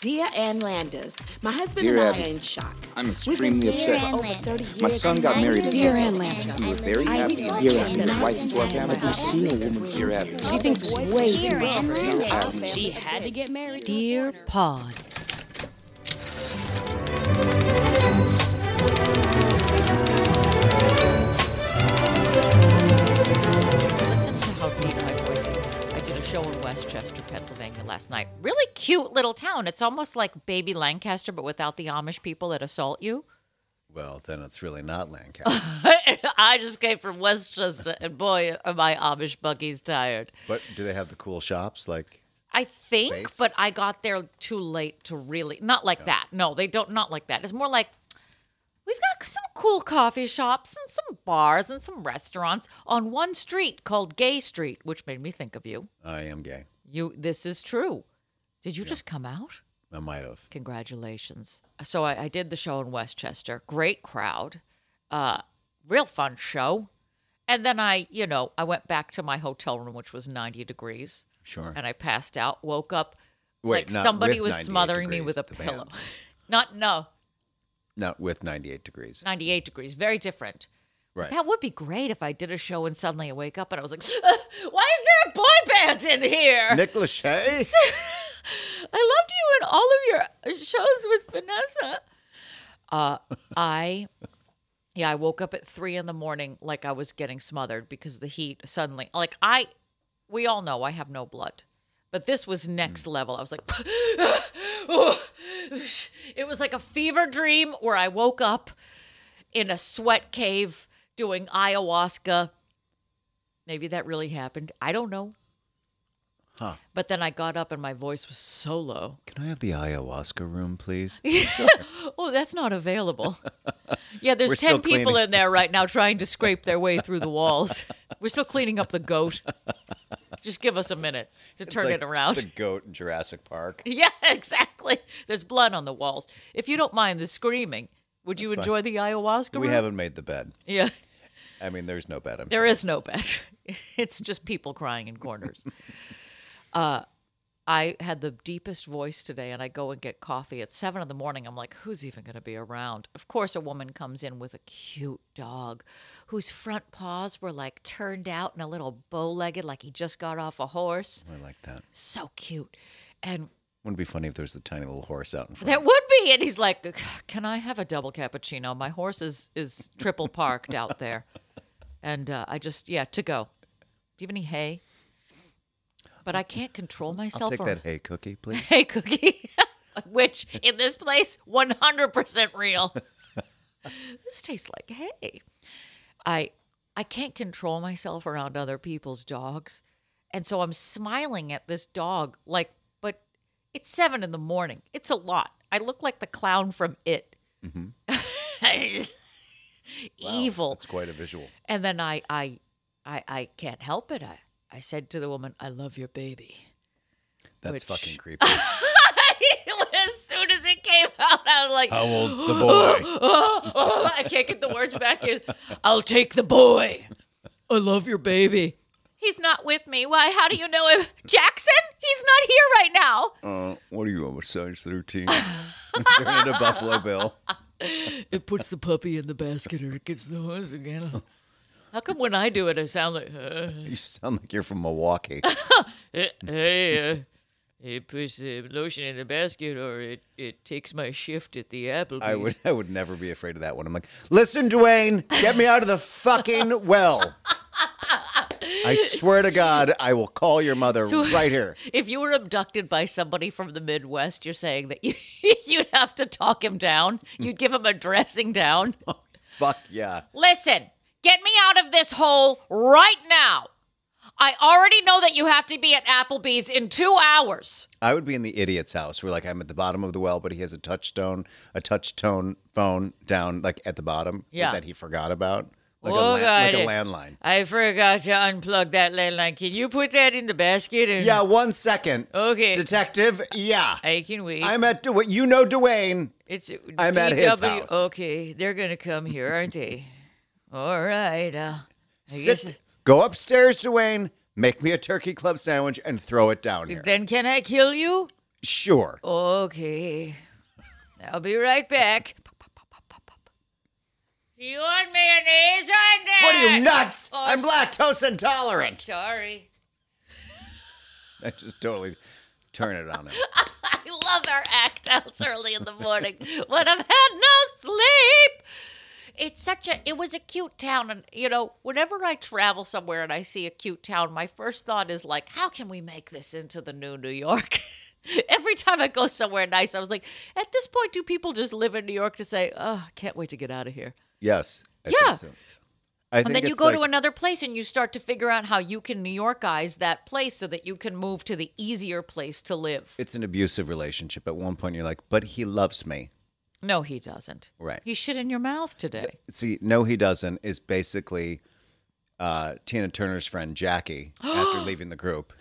Dear Ann Landis, my husband Dear and I Abby, are in shock. I'm We've been extremely together upset. for over 30 years. My son got and I married in never Dear Ann met Landis. him. We were very I happy thought and he dear was Abby, nice my wife is and working kind out and with all me. that. Seen a woman dear Abby. She thinks way too much of herself. Abby. had to get married. Dear Pod. Listen to how deep my voice is. I did a show in Westchester, Pennsylvania last night. Really cute little town. It's almost like baby Lancaster, but without the Amish people that assault you. Well, then it's really not Lancaster. I just came from Westchester, and boy, are my Amish buggies tired. but do they have the cool shops? Like, I think, Space? but I got there too late to really. Not like that. No, they don't. Not like that. It's more like we've got some cool coffee shops and some bars and some restaurants on one street called Gay Street, which made me think of you. I am gay. You. This is true. Did you just come out? I might have. Congratulations. So I, I did the show in Westchester. Great crowd. Uh, real fun show. And then I, you know, I went back to my hotel room, which was 90 degrees, Sure. and I passed out, woke up Wait, like not somebody with was 98 smothering me degrees, with a the band. pillow. Not, no, Not with 98 degrees. 98 degrees. Very different. Right. That would be great if I did a show and suddenly I wake up and I was like, why is there a boy band in here? Nick Lachey? I loved you in all of your shows with Vanessa. Uh, I, yeah, I woke up at three in the morning like I was getting smothered because the heat suddenly, like I, we all know I have no blood, but this was next level. I was like, oh, it was like a fever dream where I woke up in a sweat cave doing ayahuasca. Maybe that really happened. I don't know. Huh. But then I got up and my voice was so low. Can I have the ayahuasca room, please? Oh, that's not available. Yeah, there's We're 10 still people cleaning. in there right now trying to scrape their way through the walls. We're still cleaning up the goat. Just give us a minute to It's turn like it around. The goat in Jurassic Park. Yeah, exactly. There's blood on the walls. If you don't mind the screaming, would you enjoy the ayahuasca? We room? haven't made the bed. Yeah, I mean, there's no bed. I'm there sorry. is no bed. It's just people crying in corners. uh, I had the deepest voice today, and I go and get coffee at seven in the morning. I'm like, who's even going to be around? Of course, a woman comes in with a cute dog whose front paws were like turned out and a little bow legged, like he just got off a horse. I like that. So cute. And Wouldn't it be funny if there's a tiny little horse out in front. that would be. And he's like, "Can I have a double cappuccino? My horse is is triple parked out there." And uh, I just, yeah, to go. Do you have any hay? But I can't control I'll myself. take or- that hay cookie, please. hay cookie, which in this place, one hundred percent real. this tastes like hay. I I can't control myself around other people's dogs, and so I'm smiling at this dog like, but it's seven in the morning. It's a lot. I look like the clown from It. Evil. It's quite a visual. And then I, I, I, I can't help it. I, I said to the woman, "I love your baby." That's Which- fucking creepy. as soon as it came out, I was like, How old's the boy? "Oh, oh," I can't get the words back in. I'll take the boy. I love your baby. He's not with me. Why? How do you know him? Jackson? He's not here right now. Uh, what are you on massage 13? Turn into Buffalo Bill. It puts the puppy in the basket or it gets the horse again. How come when I do it, I sound like, uh, You sound like you're from Milwaukee. uh, hey, uh, it puts the lotion in the basket or it, it takes my shift at the Applebee's. I would I would never be afraid of that one. I'm like, listen, Dwayne, get me out of the fucking well. I swear to God, I will call your mother right here. If you were abducted by somebody from the Midwest, you're saying that you, you'd have to talk him down. You'd give him a dressing down. Fuck yeah. Listen, get me out of this hole right now. I already know that you have to be at Applebee's in two hours. I would be in the idiot's house where like I'm at the bottom of the well, but he has a touchstone, a touchtone phone down like at the bottom Yeah. that he forgot about. Like, Oh, a, lan- like a God. landline. I forgot to unplug that landline. Can you put that in the basket? And Yeah, one second. Okay. Detective, yeah. I can wait. I'm at Dwayne. You know Dwayne. It's I'm at his DW. house. Okay, they're gonna come here, aren't they? All right. Uh, I guess- Sit, go upstairs, Dwayne. Make me a turkey club sandwich and throw it down here. Then can I kill you? Sure. Okay. I'll be right back. Pop, pop, pop, pop, pop, pop. Do you want mayonnaise on that? What are you nuts? Oh, I'm lactose intolerant. Sorry. I just totally turn it on him. I love our act outs early in the morning when I've had no sleep. It's such a it was a cute town and you know, whenever I travel somewhere and I see a cute town, my first thought is like, how can we make this into the new New York? Every time I go somewhere nice, I was like, at this point do people just live in New York to say, "Oh, I can't wait to get out of here." Yes. I Yeah. Think so. I think And then you it's go to like- another place and you start to figure out how you can New Yorkize that place so that you can move to the easier place to live. It's an abusive relationship. At one point, you're like, but he loves me. No, he doesn't. Right. He shit in your mouth today. See, no, he doesn't is basically uh, Tina Turner's friend Jackie after leaving the group.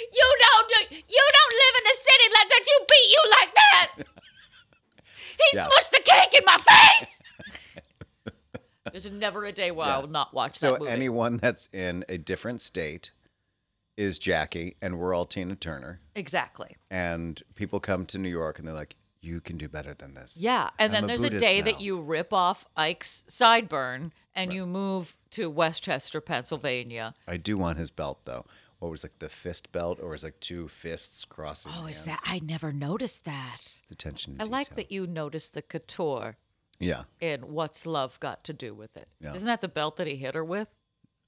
You don't you don't live in a city like that you beat you like that. He Yeah. smushed the cake in my face. There's never a day where I Yeah. will not watch So that movie. anyone that's in a different state is Jackie, and we're all Tina Turner. exactly. And people come to New York and they're like, you can do better than this. Yeah, and then I'm a there's Buddhist a day now. that you rip off Ike's sideburn and you move to Westchester, Pennsylvania. I do want his belt though. What was like the fist belt, or was like two fists crossing? Oh, is hands? that? I never noticed that. It's attention? To I like detail. that you noticed the couture Yeah, and what's love got to do with it. Yeah. not that the belt that he hit her with?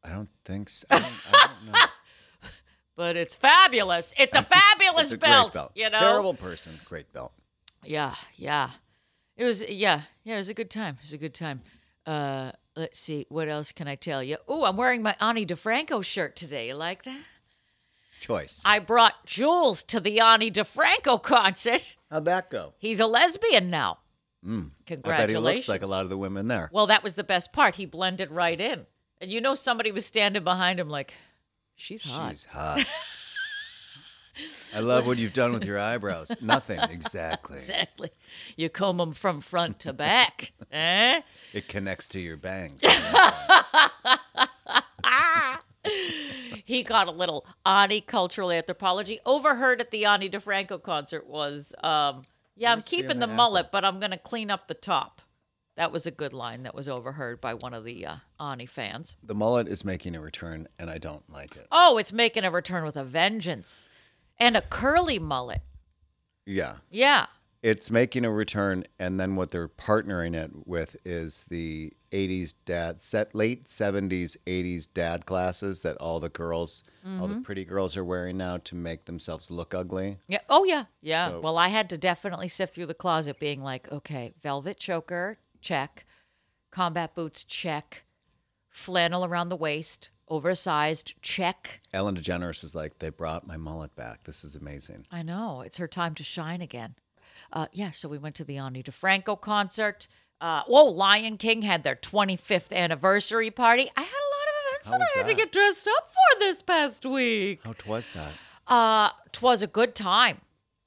I don't think so. I don't, I don't know. but it's fabulous. It's a fabulous It's a great belt, belt. You know. terrible person, great belt. Yeah, yeah. It was yeah, yeah. It was a good time. It was a good time. Uh, let's see, what else can I tell you? Oh, I'm wearing my Ani DeFranco shirt today. You like that? Choice. I brought Jules to the Ani DeFranco concert. How'd that go? Hmm. He's a lesbian now. I bet he Congratulations. looks like a lot of the women there. well, that was the best part. He blended right in, and you know somebody was standing behind him like, she's hot. She's hot. I love what you've done with your eyebrows. Nothing exactly. Exactly. You comb them from front to back, eh? It connects to your bangs. he got a little Ani cultural anthropology. Overheard at the Ani DeFranco concert was, um, yeah, I'm Must be keeping on the the mullet, but I'm going to clean up the top. That was a good line that was overheard by one of the uh, Ani fans. the mullet is making a return, and I don't like it. Oh, it's making a return with a vengeance and a curly mullet. Yeah. Yeah. it's making a return and then what they're partnering it with is the 80s dad set late 70s 80s dad classes that all the girls all Mm-hmm. the pretty girls are wearing now to make themselves look ugly Yeah. Oh, yeah. Yeah. So- well, I had to definitely sift through the closet being like, okay, velvet choker, check. Combat boots, check. Flannel around the waist, oversized, check. ellen degeneres is like they brought my mullet back this is amazing I know. It's her time to shine again. Uh, yeah, so we went to the Ani DeFranco concert. Uh, whoa, Lion King had their 25th anniversary party. I had a lot of events How that was I had to that? get dressed up for this past week. how twas that Uh, 'twas a good time.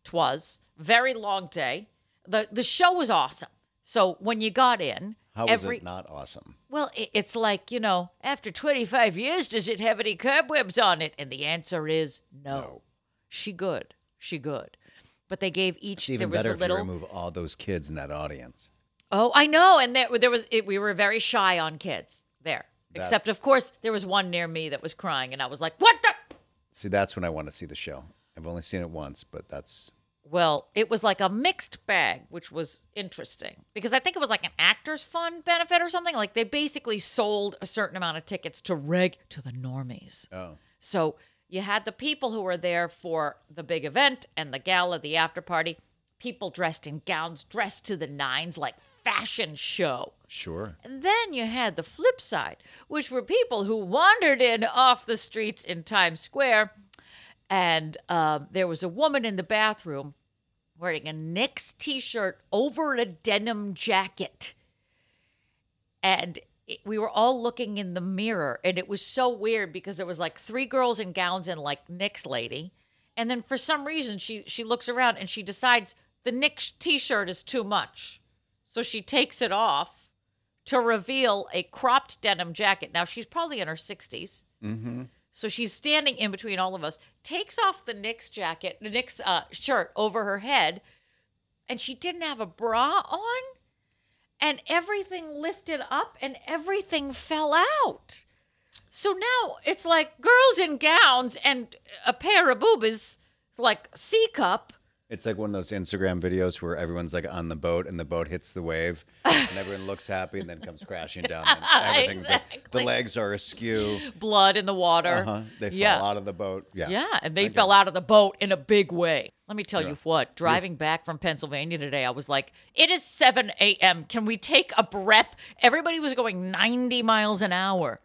'Twas very long day. the The show was awesome. So when you got in, how was every it not awesome well, i it's like you know, after twenty five years, does it have any cobwebs on it? And the answer is no. She good. She good. But they gave each it's even there was better a little. if you remove all those kids in that audience Oh, I know. And there, there was it, we were very shy on kids there. That's- Except of course, there was one near me that was crying, and I was like, "What the." see that's when i want to see the show i've only seen it once but that's Well, it was like a mixed bag, which was interesting because I think it was like an actors fund benefit or something. Like they basically sold a certain amount of tickets to reg to the normies. oh So you had the people who were there for the big event and the gala, the after party, people dressed in gowns, dressed to the nines, like fashion show. sure And then you had the flip side, which were people who wandered in off the streets in Times Square. And um, there was a woman in the bathroom wearing a Knicks t shirt over a denim jacket. And it, we were all looking in the mirror. And it was so weird because there was like three girls in gowns and like Knicks lady. And then for some reason, she, she looks around and she decides the Knicks t shirt is too much. So she takes it off Mm-hmm. to reveal a cropped denim jacket. Now she's probably in her 60s. So she's standing in between all of us, takes off the Knicks jacket, the Knicks uh, shirt over her head, and she didn't have a bra on, and everything lifted up and everything fell out. So now it's like girls in gowns and a pair of boobies, like C cup. It's like one of those Instagram videos where everyone's like on the boat and the boat hits the wave and everyone looks happy and then comes crashing down. And everything, the- the, Exactly. legs are askew. blood in the water. Uh-huh. They fell Yeah. out of the boat. Yeah. Yeah, and they fell out of the boat in a big way. Let me tell you what, driving back from Pennsylvania today, I was like, it is 7 a.m. Can we take a breath? Everybody was going 90 miles an hour.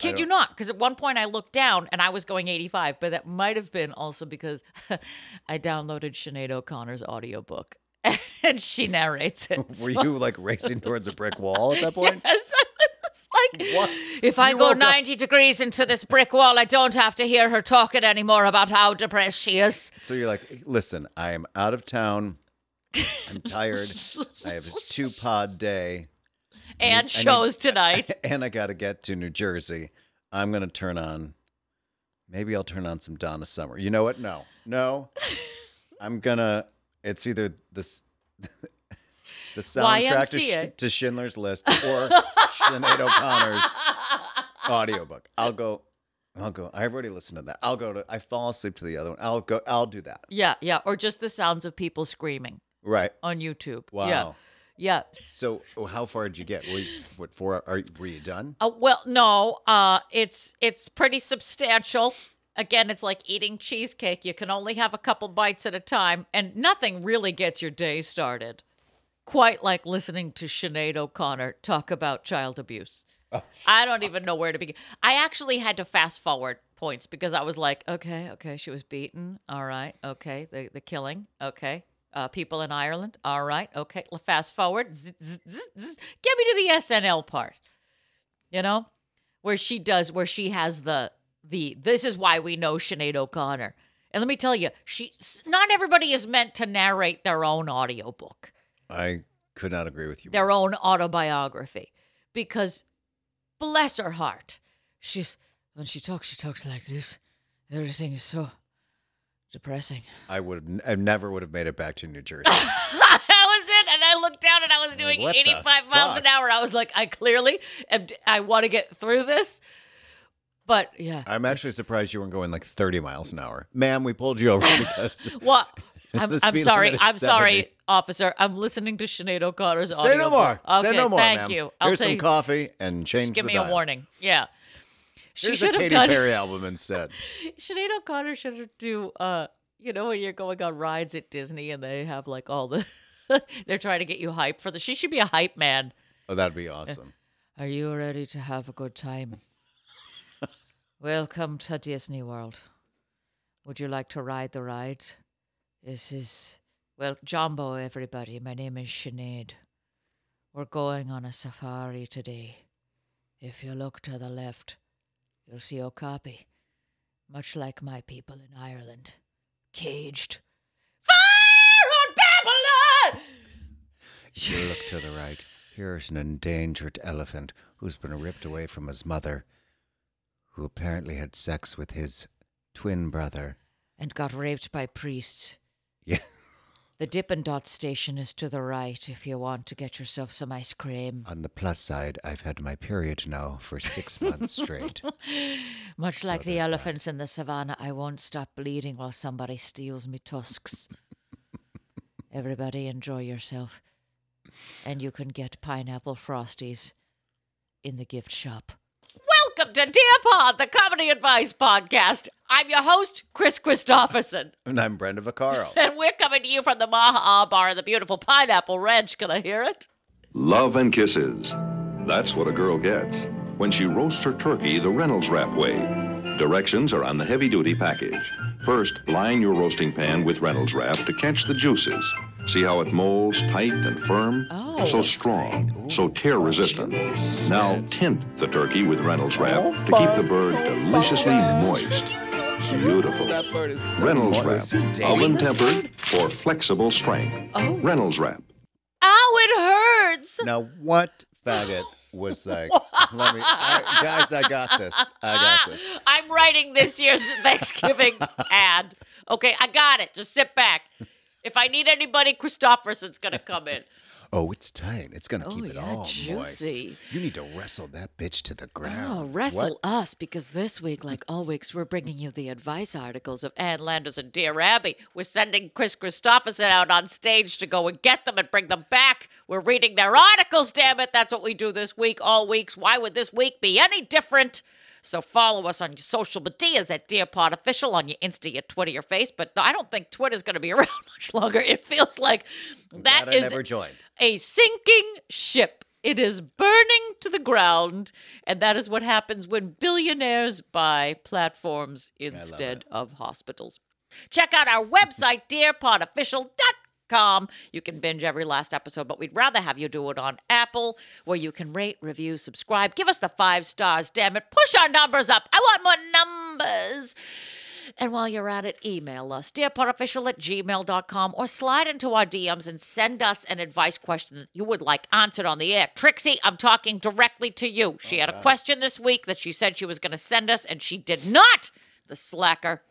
Kid you not, because at one point I looked down and I was going 85, but that might have been also because I downloaded Sinead O'Connor's audiobook and she narrates it. Were you like racing towards a brick wall at that point? Yes, I was like, What? if I You go woke up- 90 degrees into this brick wall, I don't have to hear her talking anymore about how depressed she is. So you're like, listen, I am out of town. I'm tired. I have a two pod day And need- I shows tonight. and I got to get to New Jersey. I'm going to turn on, maybe I'll turn on some Donna Summer. You know what? No, no. I'm going to, it's either this. The soundtrack to, YMCA. Sch- to Schindler's List or Sinead O'Connor's audiobook. I'll go. I'll go. I've already listened to that. I'll go to. I fall asleep to the other one. I'll go. I'll do that. Yeah, yeah. Or just the sounds of people screaming Right. on YouTube. Yeah. Wow. Yeah. So oh, how far did you get? Were you, what four? Are, were you done? Uh, well, no, uh, it's it's pretty substantial. Again, it's like eating cheesecake. You can only have a couple bites at a time, and nothing really gets your day started. Quite like listening to Sinead O'Connor talk about child abuse. I don't even know where to begin. I actually had to fast forward points because I was like, okay, okay, she was beaten. All right, okay, the, the killing. Okay, uh, people in Ireland. All right, okay, l- fast forward. Zzz, zzz, zzz, zzz. Get me to the SNL part you know where she does where she has the the this is why we know Sinead O'Connor and let me tell you she s- not everybody is meant to narrate their own audiobook I could not agree with you. more. their own autobiography because bless her heart she's when she talks she talks like this everything is so depressing I would. have n- I never would have made it back to New Jersey. that was it. And I looked down and I was doing what the 85 miles fuck? an hour. I was like, I clearly, am, I want to get through this. But yeah. I'm actually surprised you weren't going like 30 miles an hour, ma'am. We pulled you over because. Well, I'm, The I'm speed sorry. limit is I'm 70. sorry, officer. I'm listening to Sinead O'Connor's Say no audiobook. more. Okay, Say no more, Thank ma'am. you. I'll Here's take, some coffee and change. just give the me dial. a warning. Yeah. She Here's should a have Katy done Perry album instead. Sinead O'Connor should have do uh you know when you're going on rides at Disney and they have like all the they're trying to get you hype for the she should be a hype man. Oh, that'd be awesome. Are you ready to have a good time? Welcome to Disney World. Would you like to ride the ride? This is, well, Jumbo, everybody. My name is Sinead. We're going on a safari today. If you look to the left, you'll see Okapi, much like my people in Ireland, caged. Fire on Babylon! You look to the right. Here's an endangered elephant who's been ripped away from his mother, who apparently had sex with his twin brother. And got raped by priests. Yeah. The Dippin' Dot station is to the right if you want to get yourself some ice cream. On the plus side, I've had my period now for six months straight. Much like the Oh, there's that. elephants in the savannah, I won't stop bleeding while somebody steals me tusks. Everybody enjoy yourself. And you can get pineapple frosties in the gift shop. Welcome to Dear Pod, the comedy advice podcast. I'm your host, Chris Christopherson. And I'm Brenda Vaccaro. And we're coming to you from the Maha Bar, the beautiful Pineapple Ranch. Can I hear it? Love and kisses. That's what a girl gets when she roasts her turkey the Reynolds Wrap way. Directions are on the heavy duty package. First, line your roasting pan with Reynolds Wrap to catch the juices. See how it molds tight and firm? Oh. so strong, so tear resistant. Now, tint the turkey with Reynolds Wrap to keep the bird deliciously moist. Beautiful. bird is so Reynolds moist. Wrap, oven tempered for flexible strength. Reynolds Wrap. Ow, it hurts. Now, what faggot was like, Let me, I, guys, I got this. I got this. I'm writing this year's Thanksgiving ad. Okay, I got it. Just sit back. If I need anybody, Christopherson's gonna come in. Oh, it's tight. It's gonna keep Oh, it yeah, all juicy. moist. You need to wrestle that bitch to the ground. Oh, wrestle What? us because this week, like all weeks, we're bringing you the advice articles of Ann Landers and Dear Abby. We're sending Chris Christopherson out on stage to go and get them and bring them back. We're reading their articles, damn it. That's what we do this week, all weeks. Why would this week be any different? So follow us on your social medias at Dear Pod Official on your Insta, your Twitter, your Face. But I don't think Twitter's going to be around much longer. It feels like that is Glad I never joined. a sinking ship. It is burning to the ground, and that is what happens when billionaires buy platforms instead of hospitals. Check out our website, dearpodofficial.com. You can binge every last episode, but we'd rather have you do it on Apple, where you can rate, review, subscribe, give us the five stars, damn it. Push our numbers up. I want more numbers. And while you're at it, email us, dearpodofficial at gmail.com, or slide into our DMs and send us an advice question that you would like answered on the air. Trixie, I'm talking directly to you. She had a question this week that she said she was going to send us, and she did not, the slacker.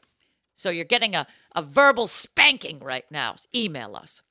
So you're getting a, a verbal spanking right now. Email us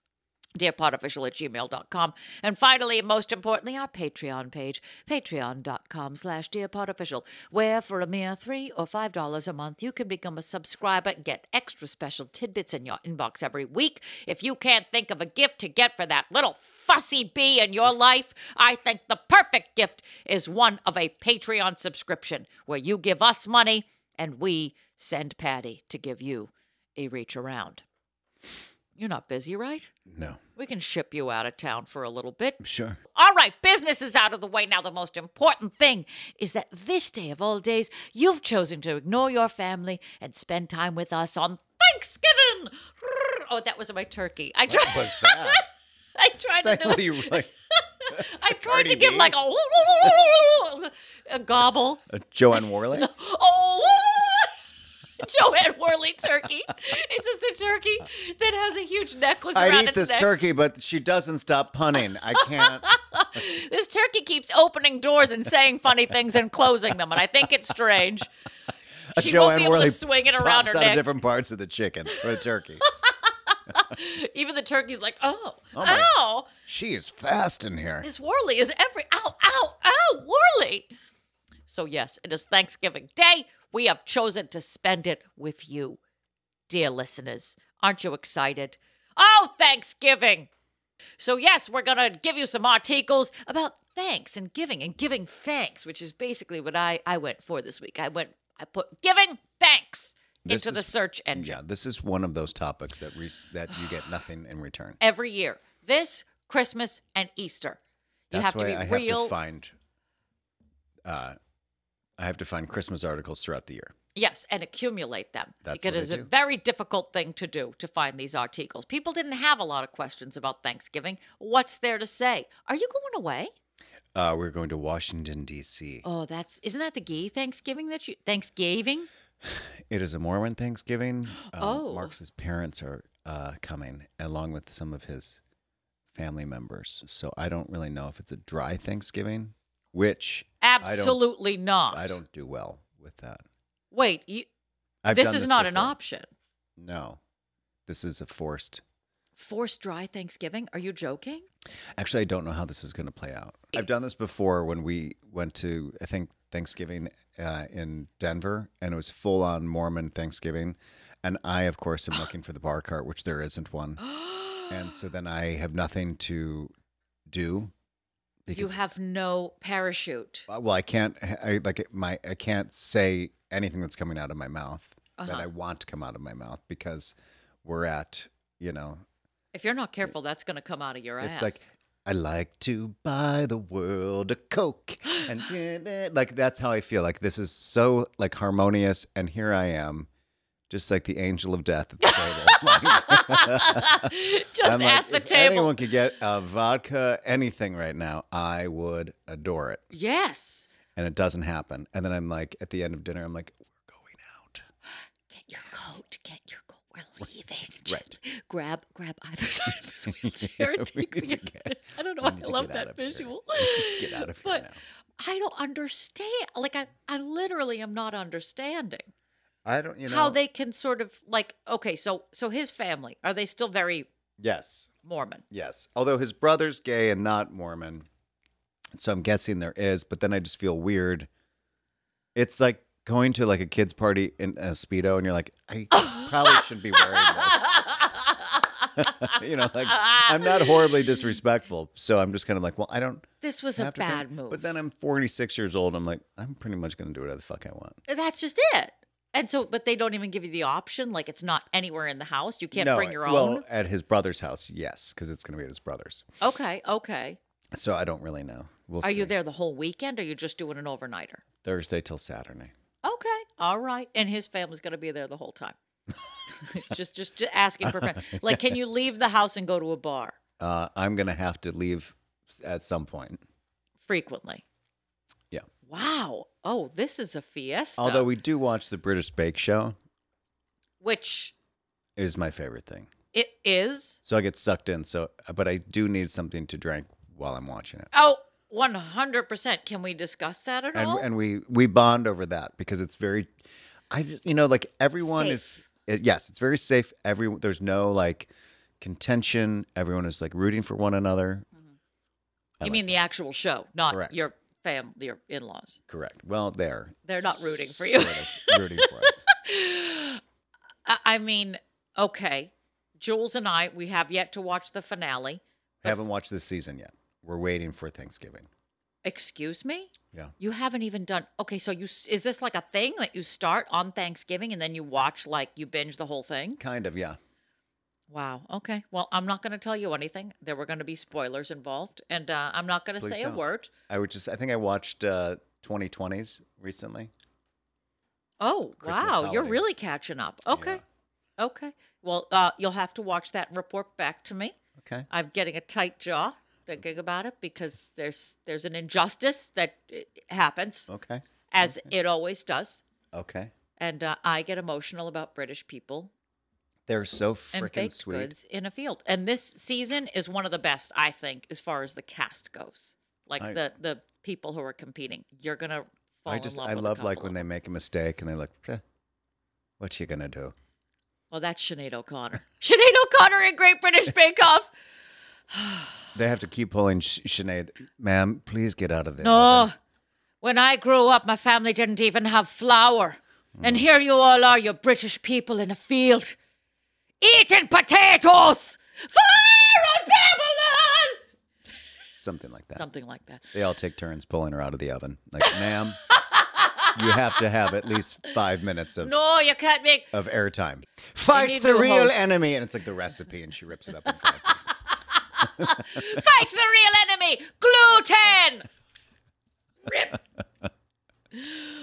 dearpodofficial at gmail.com. And finally, and most importantly, our Patreon page, patreon.com slash dearpodofficial, where for a mere three or five dollars a month, you can become a subscriber and get extra special tidbits in your inbox every week. If you can't think of a gift to get for that little fussy bee in your life, I think the perfect gift is one of a Patreon subscription, where you give us money and we send Patty to give you a reach around. You're not busy, right? No, We can ship you out of town for a little bit. sure. All right, business is out of the way now. The most important thing is that this day of all days, you've chosen to ignore your family and spend time with us on Thanksgiving. Oh, that was my turkey. I tried. What was that? I tried to Thank do. what you like, I tried Cardi to give B? like a, a gobble. uh, Joanne Warlick? Oh, Joanne Worley turkey. It's just a turkey that has a huge necklace around I'd eat its this neck. turkey, but she doesn't stop punning. I can't. This turkey keeps opening doors and saying funny things and closing them, and I think it's strange. She won't Joanne be able Worley to swing it around pops her out of neck. different parts of the chicken or the turkey. Even the turkey's like, oh, my- ow. she is fast in here. This Worley is every, ow, ow, ow, Worley. So, yes, it is Thanksgiving Day. We have chosen to spend it with you, dear listeners. Aren't you excited? Oh, Thanksgiving. So, yes, we're going to give you some articles about thanks and giving and giving thanks, which is basically what I, I went for this week. I went, I put giving thanks This into the is- search engine Yeah, this is one of those topics that re- that you get nothing in return. every year. This, Christmas, and Easter. You That's have to why be I have real. to find. Uh, I have to find Christmas articles throughout the year. Yes, and accumulate them. That's because what I it's a do. very difficult thing to do to find these articles. People didn't have a lot of questions about Thanksgiving. What's there to say? Are you going away? Uh, we're going to Washington D.C. Oh, that's isn't that the gay Thanksgiving that you Thanksgiving? It is a Mormon Thanksgiving. Um, Oh. Marx's parents are uh, coming along with some of his family members. So I don't really know if it's a dry Thanksgiving, which Absolutely not. I don't do well with that. Wait, you, I've this done is not an before. option. No, this is a forced. Forced dry Thanksgiving? Are you joking? Actually, I don't know how this is going to play out. I've done this before when we went to I think Thanksgiving uh, in Denver, and it was full on Mormon Thanksgiving, and I of course am looking for the bar cart, which there isn't one, and so then I have nothing to do you because have no parachute. uh, well I can't I like my I can't say anything that's coming out of my mouth that I want to come out of my mouth because we're at you know If you're not careful, that's going to come out of your ass. It's like I like to buy the world a coke, and da- da- like that's how I feel. Like this is so like harmonious, and here I am, just like the angel of death at the table. just I'm at like, the if table. anyone could get a vodka, anything right now, I would adore it. yes. And it doesn't happen. And then I'm like, at the end of dinner, I'm like, we're going out. Get your coat. Get your coat. We're leaving. Right. Grab, grab either side of this wheelchair. and we take me need to to- get- I don't know. we I need to get love out that of here. visual. Get out of here But now. I don't understand. Like I, I literally am not understanding I don't, you know. how they can sort of like okay, so so his family are they still very Yes, Mormon? yes. Although his brother's gay and not Mormon. So I'm guessing there is, but then I just feel weird. It's like going to like a kid's party in a Speedo and you're like, I probably shouldn't be wearing this. you know, like I'm not horribly disrespectful. So I'm just kind of like, well, I don't. This was a have to come- bad move. But then I'm 46 years old. I'm like, I'm pretty much going to do whatever the fuck I want. that's just it. And so, but they don't even give you the option. Like it's not anywhere in the house. You can't No, bring your Well, own. at his brother's house, yes, because it's going to be at his brother's. Okay, okay. So I don't really know. We'll Are see. you there the whole weekend? Or are you just doing an overnighter? Thursday till Saturday. Okay, all right. And his family's gonna be there the whole time. just, just, just asking for friends. Like, can you leave the house and go to a bar Uh, I'm going to have to leave s- at some point. frequently? Yeah. Wow. Oh, this is a fiesta. Although we do watch the British Bake Show, which it is my favorite thing. it is. So I get sucked in. So, but I do need something to drink while I'm watching it. Oh, 100%. Can we discuss that at and all? and we we bond over that because it's very i just you know like everyone is it- yes it's very safe every there's no like contention everyone is like rooting for one another I you like mean the actual show, not Correct. your fam, your in laws. correct well they're They're not rooting for you. sort of rooting for us I, I mean, okay. Jules and I, we have yet to watch the finale. haven't watched this season yet we're waiting for thanksgiving Excuse me? yeah You haven't even done. Okay, so you s- is this like a thing that you start on Thanksgiving and then you watch like you binge the whole thing? kind of yeah Wow. Okay. Well, I'm not going to tell you anything. There were going to be spoilers involved, and uh, I'm not going to Please say don't. a word. i would just i think i watched uh 2020s recently Oh, Christmas wow. You're holiday. really catching up. Okay. Okay. Well, uh, you'll have to watch that and report back to me. okay I'm getting a tight jaw thinking about it because there's there's an injustice that uh, happens Oh, okay as it always does, okay and uh, I get emotional about British people they're so and freaking baked sweet goods in a field. And this season is one of the best, I think, as far as the cast goes. Like I- the the people who are competing, you're gonna fall I just in love. I with a love like couple of when they them. make a mistake and they're like, "Eh, "What you gonna do?" Well, that's Sinead O'Connor. Sinead O'Connor in Great British Bake Off. They have to keep pulling Sh- Sinead, ma'am. Please get out of there. No. When I grew up, my family didn't even have flour. And here you all are, you British people in a field, eating potatoes! Fire on Babylon! something like that. Something like that. They all take turns pulling her out of the oven. Like, ma'am, you have to have at least five minutes of No, you can't make of airtime. Fight need the new real host. enemy, and it's like the recipe, and she rips it up. In five pieces. Fight the real enemy, gluten. Rip.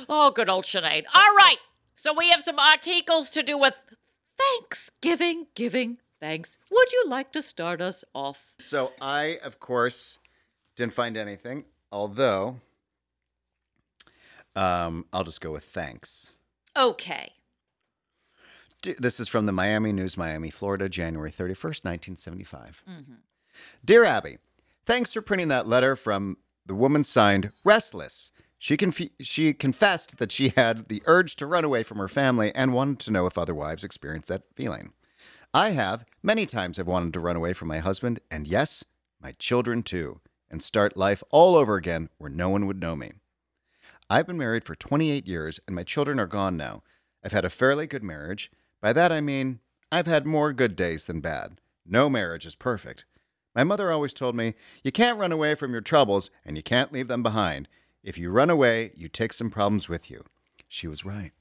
Oh, good old Sinead. All right. So we have some articles to do with Thanksgiving giving. Thanks. Would you like to start us off? So I, of course, didn't find anything. Although, um, I'll just go with thanks. Okay. D- This is from the Miami News, Miami, Florida, January 31st, 1975. Dear Abby, thanks for printing that letter from the woman signed Restless. She, conf- she confessed that she had the urge to run away from her family and wanted to know if other wives experience that feeling. I have many times have wanted to run away from my husband, and yes, my children too, and start life all over again where no one would know me. I've been married for 28 years and my children are gone now. I've had a fairly good marriage. By that I mean, I've had more good days than bad. No marriage is perfect. My mother always told me, you can't run away from your troubles and you can't leave them behind. If you run away, you take some problems with you. She was right.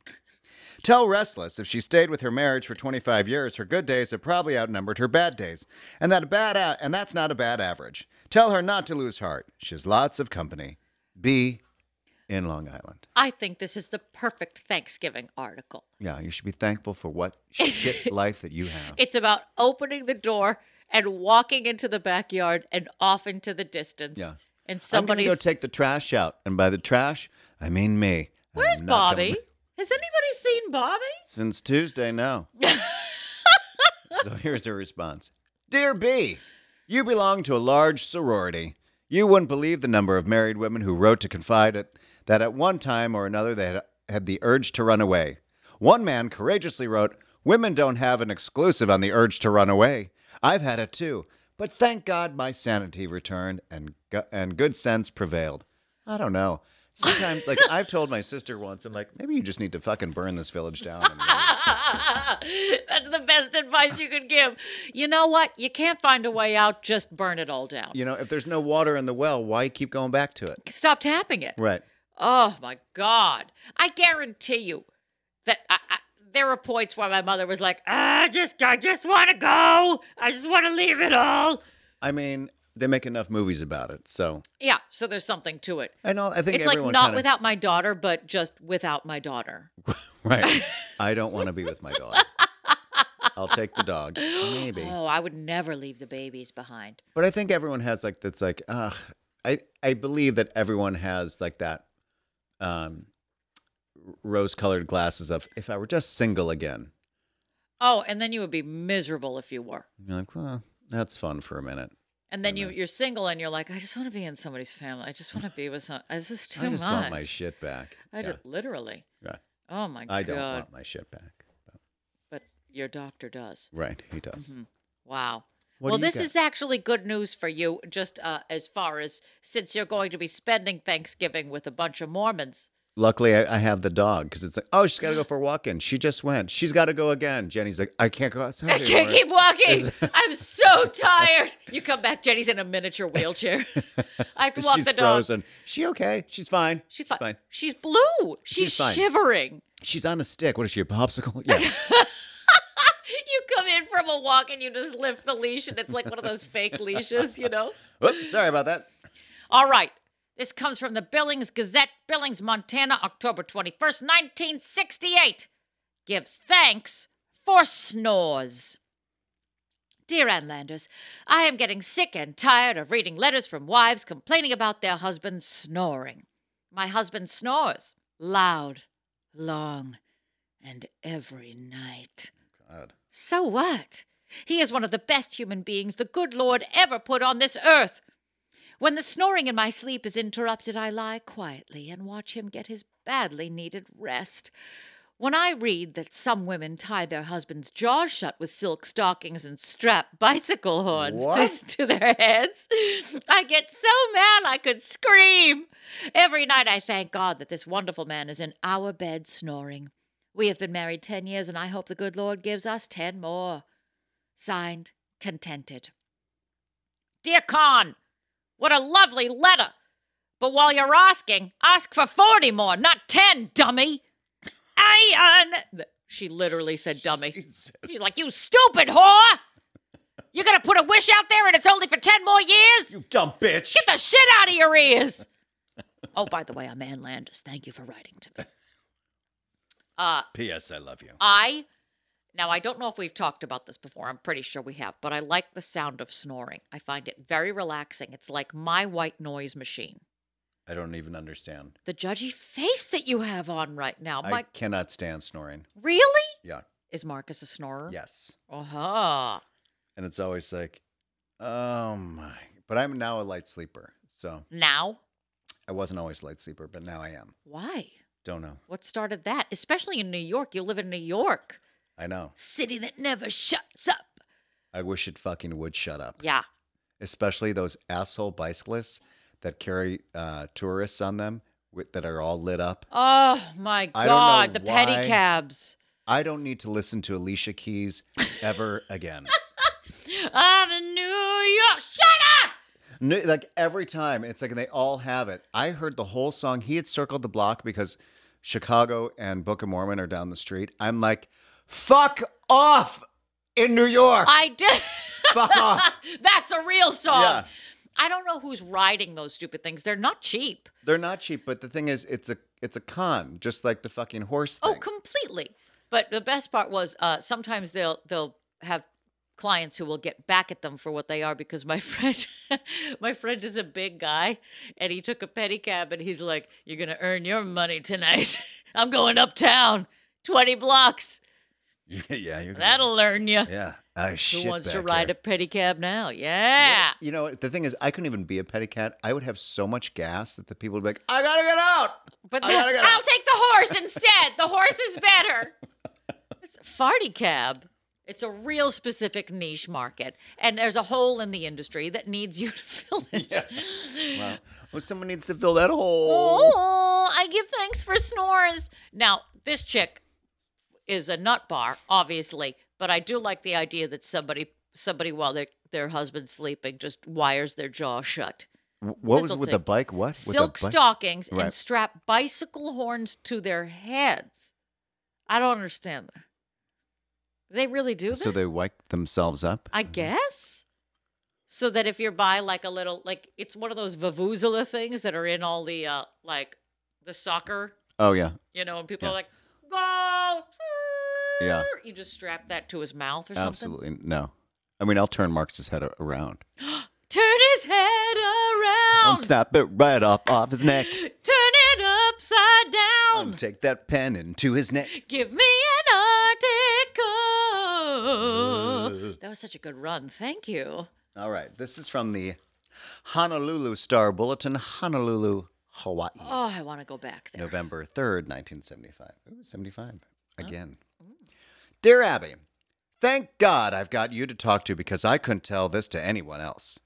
Tell Restless if she stayed with her marriage for 25 years, her good days have probably outnumbered her bad days, and that a bad a- and that's not a bad average. Tell her not to lose heart. She has lots of company. Be in Long Island. I think this is the perfect Thanksgiving article. Yeah, you should be thankful for what shit life that you have. It's about opening the door and walking into the backyard and off into the distance. Yeah. And Somebody somebody's. go take the trash out, and by the trash, I mean me. Where's I'm not Bobby? gonna- Has anybody seen Bobby? Since Tuesday, no. so here's her response Dear B, you belong to a large sorority. You wouldn't believe the number of married women who wrote to confide at, that at one time or another they had, had the urge to run away. One man courageously wrote, Women don't have an exclusive on the urge to run away. I've had it too. But thank God my sanity returned and, gu- and good sense prevailed. I don't know. Sometimes, like I've told my sister once, I'm like, maybe you just need to fucking burn this village down. and leave." That's the best advice you could give. You know what? You can't find a way out, just burn it all down. you know, if there's no water in the well, why keep going back to it? Stop tapping it. Right. Oh my God. I guarantee you that I, I, there were points where my mother was like, "Ah, I just, I just want to go. I just want to leave it all. I mean, they make enough movies about it, so Yeah. So there's something to it. I know. I think It's like everyone not kinda- without my daughter, but just without my daughter. Right. I don't want to be with my dog. I'll take the dog, maybe. Oh, I would never leave the babies behind. But I think everyone has like that's like ah, I I believe that everyone has like that, um, rose-colored glasses of if I were just single again. Oh, and then you would be miserable if you were. You're like, well, that's fun for a minute. And then you, you're single and you're like, I just want to be in somebody's family. I just want to be with some. uh, This is too I just much. want my shit back. I yeah. just, literally. Right. Oh my I God. don't want my shit back. But your doctor does. Right. He does. Mm-hmm. Wow. What well, do you this got? is actually good news for you, just uh, as far as since you're going to be spending Thanksgiving with a bunch of Mormons. Luckily, I, I have the dog because it's like, oh, she's got to go for a walk in. She just went. She's got to go again. Jenny's like, I can't go outside. I can't anymore." keep walking. I'm so tired. You come back, Jenny's in a miniature wheelchair. I have to walk She's the dog. frozen. She okay? She's fine. She's, fine. She's blue. She's, She's fine. shivering. She's on a stick. What is she? A popsicle? Yeah. You come in from a walk and you just lift the leash, and it's like one of those fake leashes, you know? Oops. Sorry about that. All right. This comes from the Billings Gazette, Billings, Montana, October 21st, 1968. Gives thanks for snores. Dear Ann Landers, I am getting sick and tired of reading letters from wives complaining about their husbands snoring. My husband snores loud, long, and every night. So what? He is one of the best human beings the good Lord ever put on this earth. When the snoring in my sleep is interrupted, I lie quietly and watch him get his badly needed rest. When I read that some women tie their husbands' jaws shut with silk stockings and strap bicycle horns to, What? to their heads, I get so mad I could scream. Every night I thank God that this wonderful man is in our bed snoring. We have been married 10 years, and I hope the good Lord gives us 10 more. Signed, Contented. Dear Con, what a lovely letter. But while you're asking, ask for 40 more, not 10, dummy. Ian! She literally said dummy. She's like, you stupid whore! You're gonna put a wish out there and it's only for 10 more years? You dumb bitch. Get the shit out of your ears! oh, by the way, I'm Ann Landis. Thank you for writing to me. Uh, P.S. I love you. I now I don't know if we've talked about this before. I'm pretty sure we have, but I like the sound of snoring. I find it very relaxing. It's like my white noise machine. I don't even understand. The judgy face that you have on right now, I Mike. cannot stand snoring. Really? Yeah. Is Marcus a snorer? Yes. Uh huh. And it's always like, oh my. But I'm now a light sleeper. So Now, I wasn't always a light sleeper, but now I am. why? Don't know. What started that? Especially in New York. You live in New York, I know. city that never shuts up. I wish it fucking would shut up. Yeah. especially those asshole bicyclists that carry uh, tourists on them with, that are all lit up. Oh my I don't know God, the why- pedicabs. I don't need to listen to Alicia Keys ever again. I'm in New York. Shut up. No, like every time, it's like they all have it. I heard the whole song. He had circled the block because Chicago and Book of Mormon are down the street. I'm like, fuck off in New York. I did. fuck off. That's a real song. Yeah. I don't know who's riding those stupid things. They're not cheap. They're not cheap, but the thing is, it's a it's a con, just like the fucking horse thing. Oh, completely. But the best part was uh, sometimes they'll they'll have clients who will get back at them for what they are because my friend my friend is a big guy and he took a pedicab and he's like, "You're gonna earn your money tonight. I'm going uptown, twenty blocks. yeah, you're That'll earn you." yeah. A Who shit wants to back ride here. a pedicab now? Yeah. You know, the thing is, I couldn't even be a petticat. I would have so much gas that the people would be like, "I gotta get out." But I the- gotta get I'll out. take the horse instead. The horse is better. It's a farty cab. It's a real specific niche market, and there's a hole in the industry that needs you to fill it. Wow. Well, someone needs to fill that hole. Oh, I give thanks for snores. Now, this chick is a nut bar, obviously, but I do like the idea that somebody somebody while their their husband's sleeping just wires their jaw shut. Wh- What was This'll with the take- bike? What With the Silk bike? stockings Right. and strap bicycle horns to their heads. I don't understand that. They really do that? So they Mm-hmm. wake themselves up. I guess. So that if you're by like a little like it's one of those vuvuzela things that are in all the uh like the soccer Oh yeah, you know, and people Yeah. are like, "Go!" Yeah. You just strap that to his mouth or something. absolutely no. I mean, I'll turn Marx's head a- around. Turn his head I'll around. snap it right off off his neck. Turn it upside down. I'll take that pen into his neck. Give me an article. That was such a good run. Thank you. All right, this is from the Honolulu Star Bulletin, Honolulu, Hawaii, Oh, I want to go back there. November third, nineteen seventy-five. Ooh, seventy-five again. Dear Abby, thank God I've got you to talk to because I couldn't tell this to anyone else.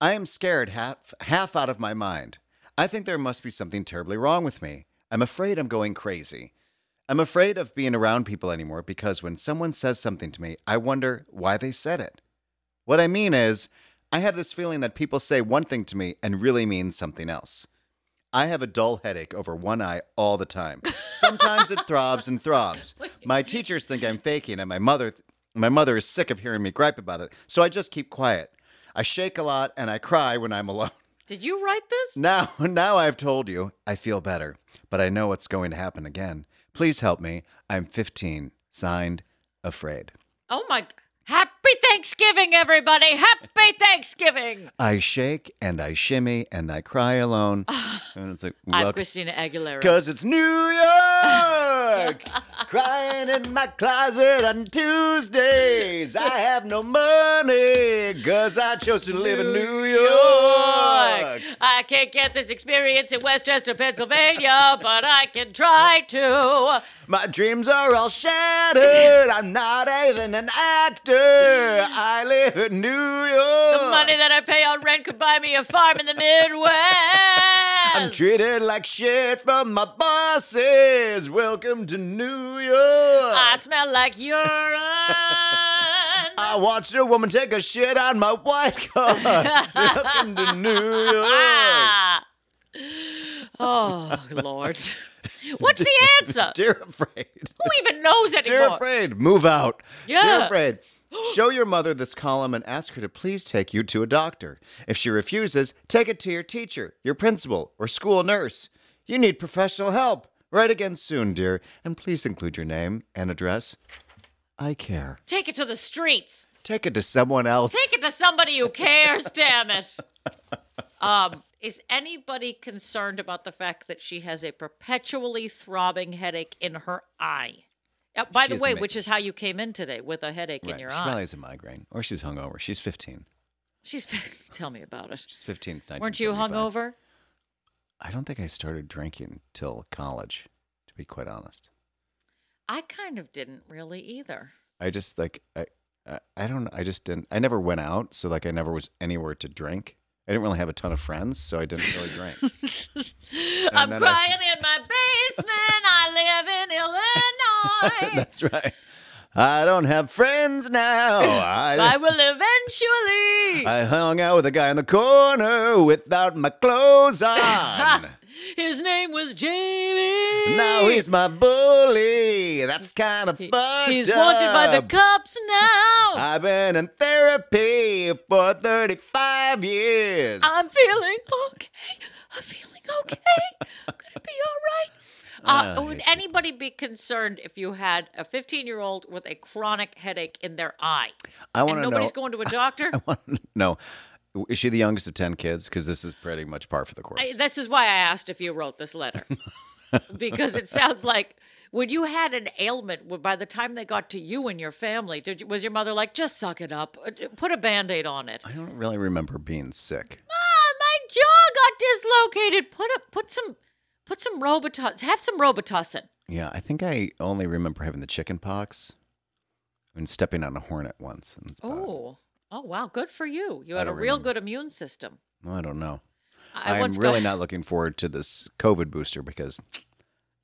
I am scared half half out of my mind. I think there must be something terribly wrong with me. I'm afraid I'm going crazy. I'm afraid of being around people anymore because when someone says something to me, I wonder why they said it. What I mean is, I have this feeling that people say one thing to me and really mean something else. I have a dull headache over one eye all the time. Sometimes it throbs and throbs. My teachers think I'm faking, and my mother, my mother is sick of hearing me gripe about it. So I just keep quiet. I shake a lot and I cry when I'm alone. Did you write this? Now, now I've told you, I feel better, but I know what's going to happen again. Please help me. I'm 15. Signed, afraid. Oh my. Happy Thanksgiving, everybody. Happy Thanksgiving. I shake and I shimmy and I cry alone. and it's like, I'm welcome- Christina Aguilera. Cause it's New York, crying in my closet on Tuesdays. I have no money, cause I chose to live in New York. I can't get this experience in Westchester, Pennsylvania, but I can try to. My dreams are all shattered. I'm not even an actor. I live in New York. The money that I pay on rent could buy me a farm in the Midwest. I'm treated like shit from my bosses. Welcome to New York. I smell like urine. I watched a woman take a shit on my white car. Welcome to New York. Ah. Oh, Lord. What's the answer? Dear afraid. Who even knows Dear anymore? afraid, move out. Dear Yeah. afraid, show your mother this column and ask her to please take you to a doctor. If she refuses, take it to your teacher, your principal, or school nurse. You need professional help. Write again soon, dear, and please include your name and address. I care. Take it to the streets. Take it to someone else. Take it to somebody who cares, damn it. Um, is anybody concerned about the fact that she has a perpetually throbbing headache in her eye? Uh, by She the is way, amazing. which is how you came in today with a headache in your she eye. probably has a migraine, or she's hungover. She's 15. She's tell me about it. She's 15. It's Weren't you 1975. hungover? I don't think I started drinking till college, to be quite honest. I kind of didn't really either. I just like I, I I don't I just didn't I never went out, so like I never was anywhere to drink. I didn't really have a ton of friends, so I didn't really drink. I'm then I- crying in my basement. I live in Illinois. That's right. I don't have friends now. I I will eventually. I hung out with a guy in the corner without my clothes on. His name was Jamie. now he's my bully. That's kind of fucked He's wanted by the up. cops now. I've been in therapy for 35 years. I'm feeling okay. I'm feeling okay. I'm gonna be all right. Uh, Oh, would yeah. anybody be concerned if you had a 15 year old with a chronic headache in their eye? I and want to know. nobody's going to a doctor? no. Is she the youngest of 10 kids? Because this is pretty much par for the course. I, this is why I asked if you wrote this letter. because it sounds like when you had an ailment, well, by the time they got to you and your family, did you, was your mother like, just suck it up, Uh, d- put a band aid on it? I don't really remember being sick. Ah, my jaw got dislocated. Put a, put some, put some Robitussin. Have some Robitussin. Yeah, I think I only remember having the chicken pox and stepping on a hornet once. and that's about it. Oh, oh wow, good for you. You I had a don't real remember. good immune system. I don't know. I, I'm once got- really not looking forward to this COVID booster because,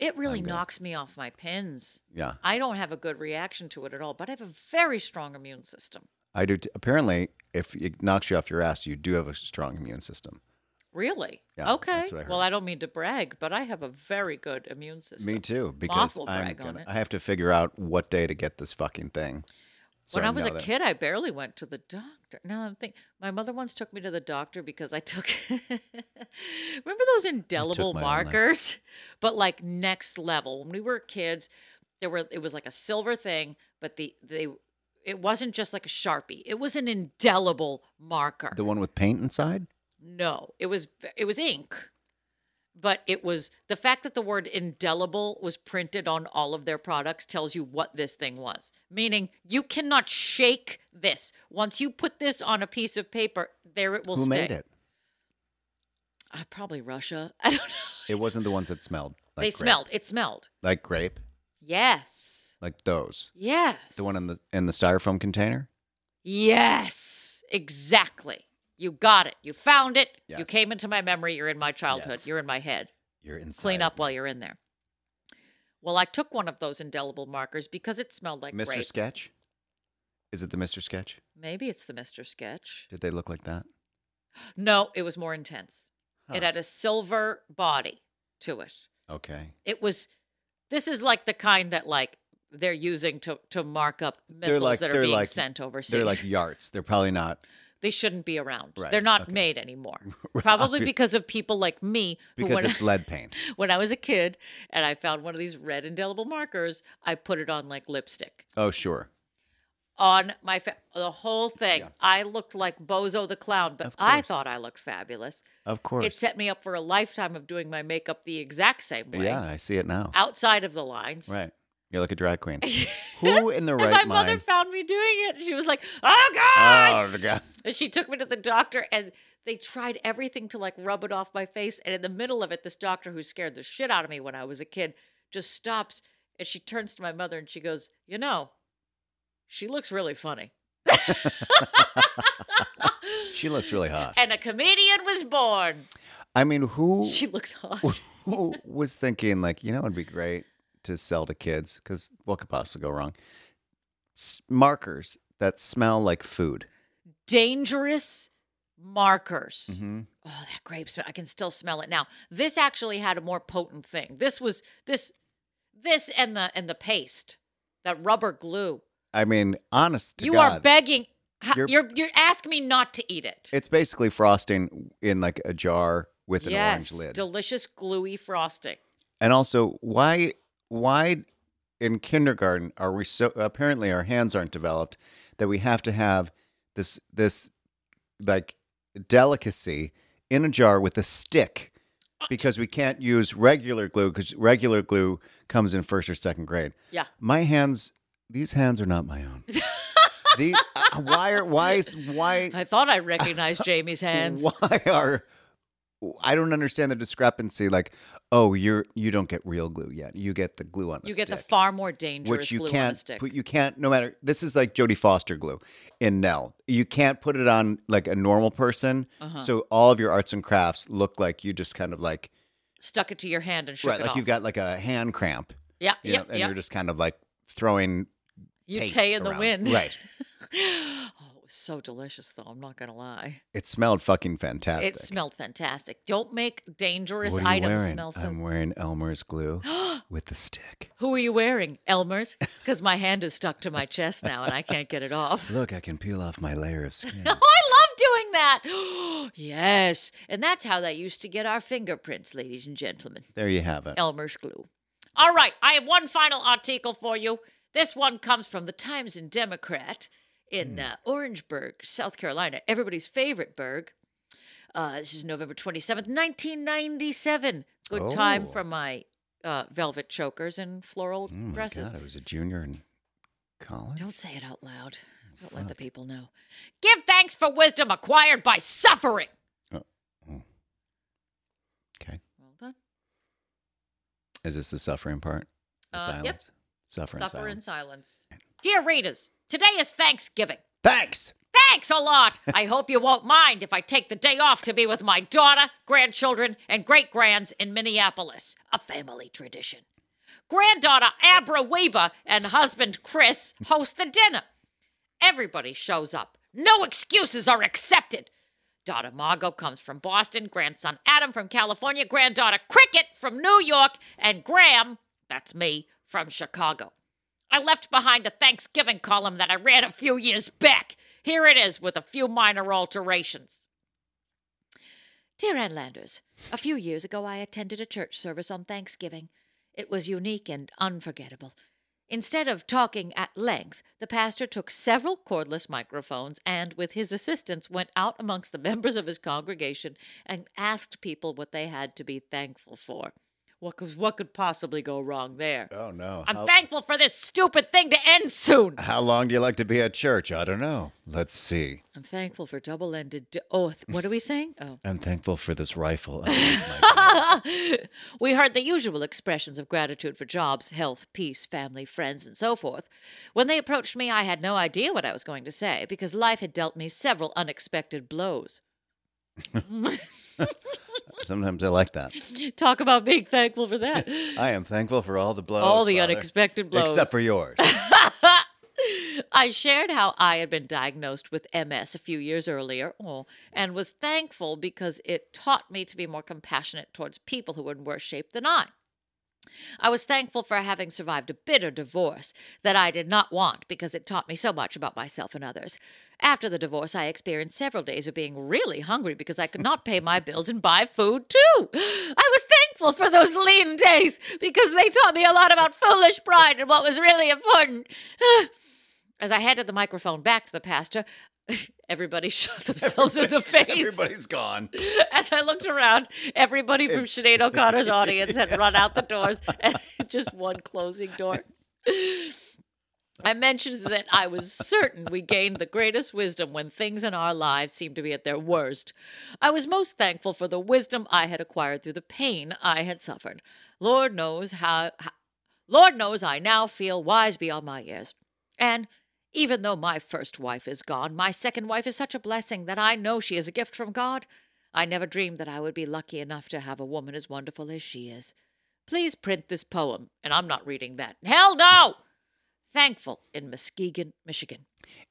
It really knocks me off my pins. yeah, I don't have a good reaction to it at all, but I have a very strong immune system. I do. T- apparently, if it knocks you off your ass, you do have a strong immune system. Really? Yeah, okay. that's what I well, heard. I don't mean to brag, but I have a very good immune system. Me too, because will I'm brag on gonna, it. I have to figure out what day to get this fucking thing. So when I was know a that- kid, I barely went to the doctor. Now I'm thinking, my mother once took me to the doctor because I took. remember those indelible my own life. markers, but like next level. When we were kids, there were it was like a silver thing, but the they it wasn't just like a sharpie. It was an indelible marker. the one with paint inside. No, it was v- it was ink, but it was the fact that the word indelible was printed on all of their products tells you what this thing was. Meaning, you cannot shake this. Once you put this on a piece of paper, there it will Who stay. made it? Uh, probably Russia. I don't know. It wasn't the ones that smelled. Like they grape. smelled. It smelled. like grape, Yes. like those. Yes. The one in the in the styrofoam container. Yes. Exactly. You got it. You found it. You Yes. came into my memory. You're in my childhood. Yes. You're in my head. You're inside. clean up while you're in there. Well, I took one of those indelible markers because it smelled like Mr. grape. Sketch. Is it the Mr. Sketch? Maybe it's the Mr. Sketch. Did they look like that? No, it was more intense. Huh. It had a silver body to it. Okay. It was. This is like the kind that like they're using to to mark up missiles like- that are they're being like- sent overseas. They're like yarts. They're probably not they shouldn't be around. Right, They're not okay. made anymore. Probably obvi- because of people like me who because went- it's lead paint. when I was a kid and I found one of these red indelible markers, I put it on like lipstick. Oh, sure. on my fa- the whole thing. I looked like Bozo the clown, but I thought I looked fabulous. Of course. It set me up for a lifetime of doing my makeup the exact same way, yeah, I see it now. outside of the lines. Right. You're like a drag queen. Who in the And right my mind? mother found me doing it. She was like, "Oh God!" Oh, God. And she took me to the doctor, and they tried everything to like rub it off my face. And in the middle of it, this doctor who scared the shit out of me when I was a kid just stops, and she turns to my mother and she goes, "You know, she looks really funny." She looks really hot. and a comedian was born. I mean, who She looks hot. who was thinking like, you know, it'd be great to sell to kids because what could possibly go wrong? S- markers that smell like food. Dangerous markers. Mm-hmm. Oh, that grape smell. I can still smell it now. This actually had a more potent thing. This was this this and the and the paste. That rubber glue. I mean, honest to you God, are begging ha- you're, You're- you're asking me not to eat it. it's basically frosting in like a jar with an yes, orange lid. delicious gluey frosting. And also, why why in kindergarten are we so apparently our hands aren't developed that we have to have this this like delicacy in a jar with a stick because we can't use regular glue because regular glue comes in first or second grade. Yeah. My hands, these hands are not my own. these, why are why is why I thought I recognized Jamie's hands. why are I don't understand the discrepancy. Like, oh, you're you don't get real glue yet. You get the glue on a You get the stick, far more dangerous which you glue on a can't stick. put. You can't. No matter. This is like Jodie Foster glue in Nell. You can't put it on like a normal person. Uh-huh. So all of your arts and crafts look like you just kind of like Stuck it to your hand and shook right, it like off. you've got like a hand cramp. yeah, You yeah, know, and yeah. you're just kind of like throwing. You paste tay in the around. wind. Right. oh, it was so delicious though, I'm not gonna lie. It smelled fucking fantastic. It smelled fantastic. Don't make dangerous What are you items wearing? smell so I'm wearing Elmer's glue with the stick. Who are you wearing? Elmer's? Because my hand is stuck to my chest now and I can't get it off. Look, I can peel off my layer of skin. Oh, I love doing that. yes. And that's how they used to get our fingerprints, ladies and gentlemen. There you have it. Elmer's glue. All right, I have one final article for you. This one comes from the Times and Democrat Hmm. in uh, Orangeburg, South Carolina, everybody's favorite burg. Uh, this is November 27th, 1997. Good time Oh. for my uh, velvet chokers and floral Oh my dresses. God, I was a junior in college. Don't say it out loud. Don't let the people know. Give thanks for wisdom acquired by suffering. Okay. Well done. Is this the suffering part? The Uh, yep. silence. Suffer in Suffer in silence. silence. Dear readers, today is Thanksgiving. Thanks. Thanks a lot. I hope you won't mind if I take the day off to be with my daughter, grandchildren, and great grands in Minneapolis, a family tradition. Granddaughter Abra Weber and husband Chris host the dinner. Everybody shows up. No excuses are accepted. Daughter Margot comes from Boston, grandson Adam from California, granddaughter Cricket from New York, and Graham, that's me, from Chicago. I left behind a Thanksgiving column that I ran a few years back. Here it is with a few minor alterations. Dear Ann Landers, a few years ago I attended a church service on Thanksgiving. It was unique and unforgettable. Instead of talking at length, the pastor took several cordless microphones and, with his assistance, went out amongst the members of his congregation and asked people what they had to be thankful for. What could, what could possibly go wrong there? Oh no. I'm how, thankful for this stupid thing to end soon. how long do you like to be at church? I don't know. Let's see. I'm thankful for double ended. D- oh, th- what are we saying? Oh. I'm thankful for this rifle. underneath my bed. we heard the usual expressions of gratitude for jobs, health, peace, family, friends, and so forth. When they approached me, I had no idea what I was going to say because life had dealt me several unexpected blows. Sometimes I like that. Talk about being thankful for that. I am thankful for all the blows. All the Father, unexpected blows. Except for yours. I shared how I had been diagnosed with MS a few years earlier oh, and was thankful because it taught me to be more compassionate towards people who were in worse shape than I. I was thankful for having survived a bitter divorce that I did not want because it taught me so much about myself and others. After the divorce, I experienced several days of being really hungry because I could not pay my bills and buy food too. I was thankful for those lean days because they taught me a lot about foolish pride and what was really important. As I handed the microphone back to the pastor, everybody shot themselves in the face. Everybody's gone. As I looked around, everybody from Sinead O'Connor's audience had run out the doors, and just one closing door. I mentioned that I was certain we gained the greatest wisdom when things in our lives seemed to be at their worst. I was most thankful for the wisdom I had acquired through the pain I had suffered. Lord knows how, how Lord knows I now feel wise beyond my years. And even though my first wife is gone, my second wife is such a blessing that I know she is a gift from God. I never dreamed that I would be lucky enough to have a woman as wonderful as she is. Please print this poem, and I'm not reading that. Hell no! Thankful in Muskegon, Michigan.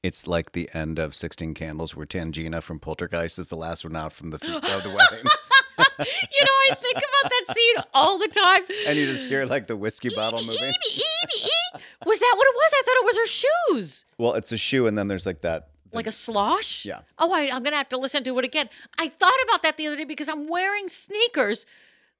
It's like the end of 16 Candles where Tangina from Poltergeist is the last one out from the, of the wedding. You know, I think about that scene all the time. and you just hear like the whiskey bottle moving. Was that what it was? I thought it was her shoes. Well, it's a shoe and then there's like that. Like a slosh? Yeah. Oh, I, I'm going to have to listen to it again. I thought about that the other day because I'm wearing sneakers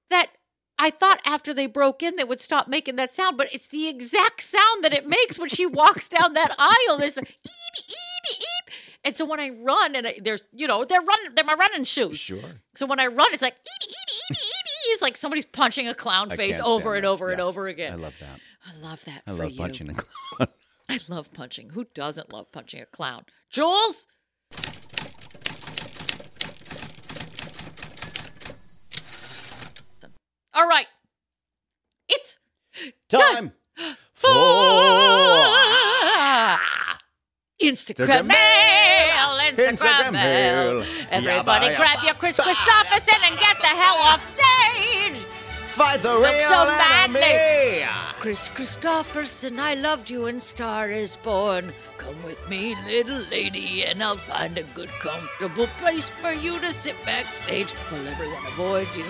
that I thought after they broke in they would stop making that sound, but it's the exact sound that it makes when she walks down that aisle. There's a eep, eep, eep. And so when I run and I, there's, you know, they're running, they're my running shoes. Sure. So when I run, it's like eep, eep, eep, eep, eep. It's like somebody's punching a clown I face can't over stand and that. over and Yeah. over I again. love that. I love that I for love you. punching a I love punching. Who doesn't love punching a clown? Jules? All right. It's Time Instagram Instagram mail. Instagram Instagram mail. mail. Everybody Yabba, grab yabba, your Chris bah. Christopherson and get the hell off stage. fight the Look real so enemy. badly. Chris Christopherson, I loved you in Star is Born. Come with me, little lady, and I'll find a good, comfortable place for you to sit backstage while everyone avoids you.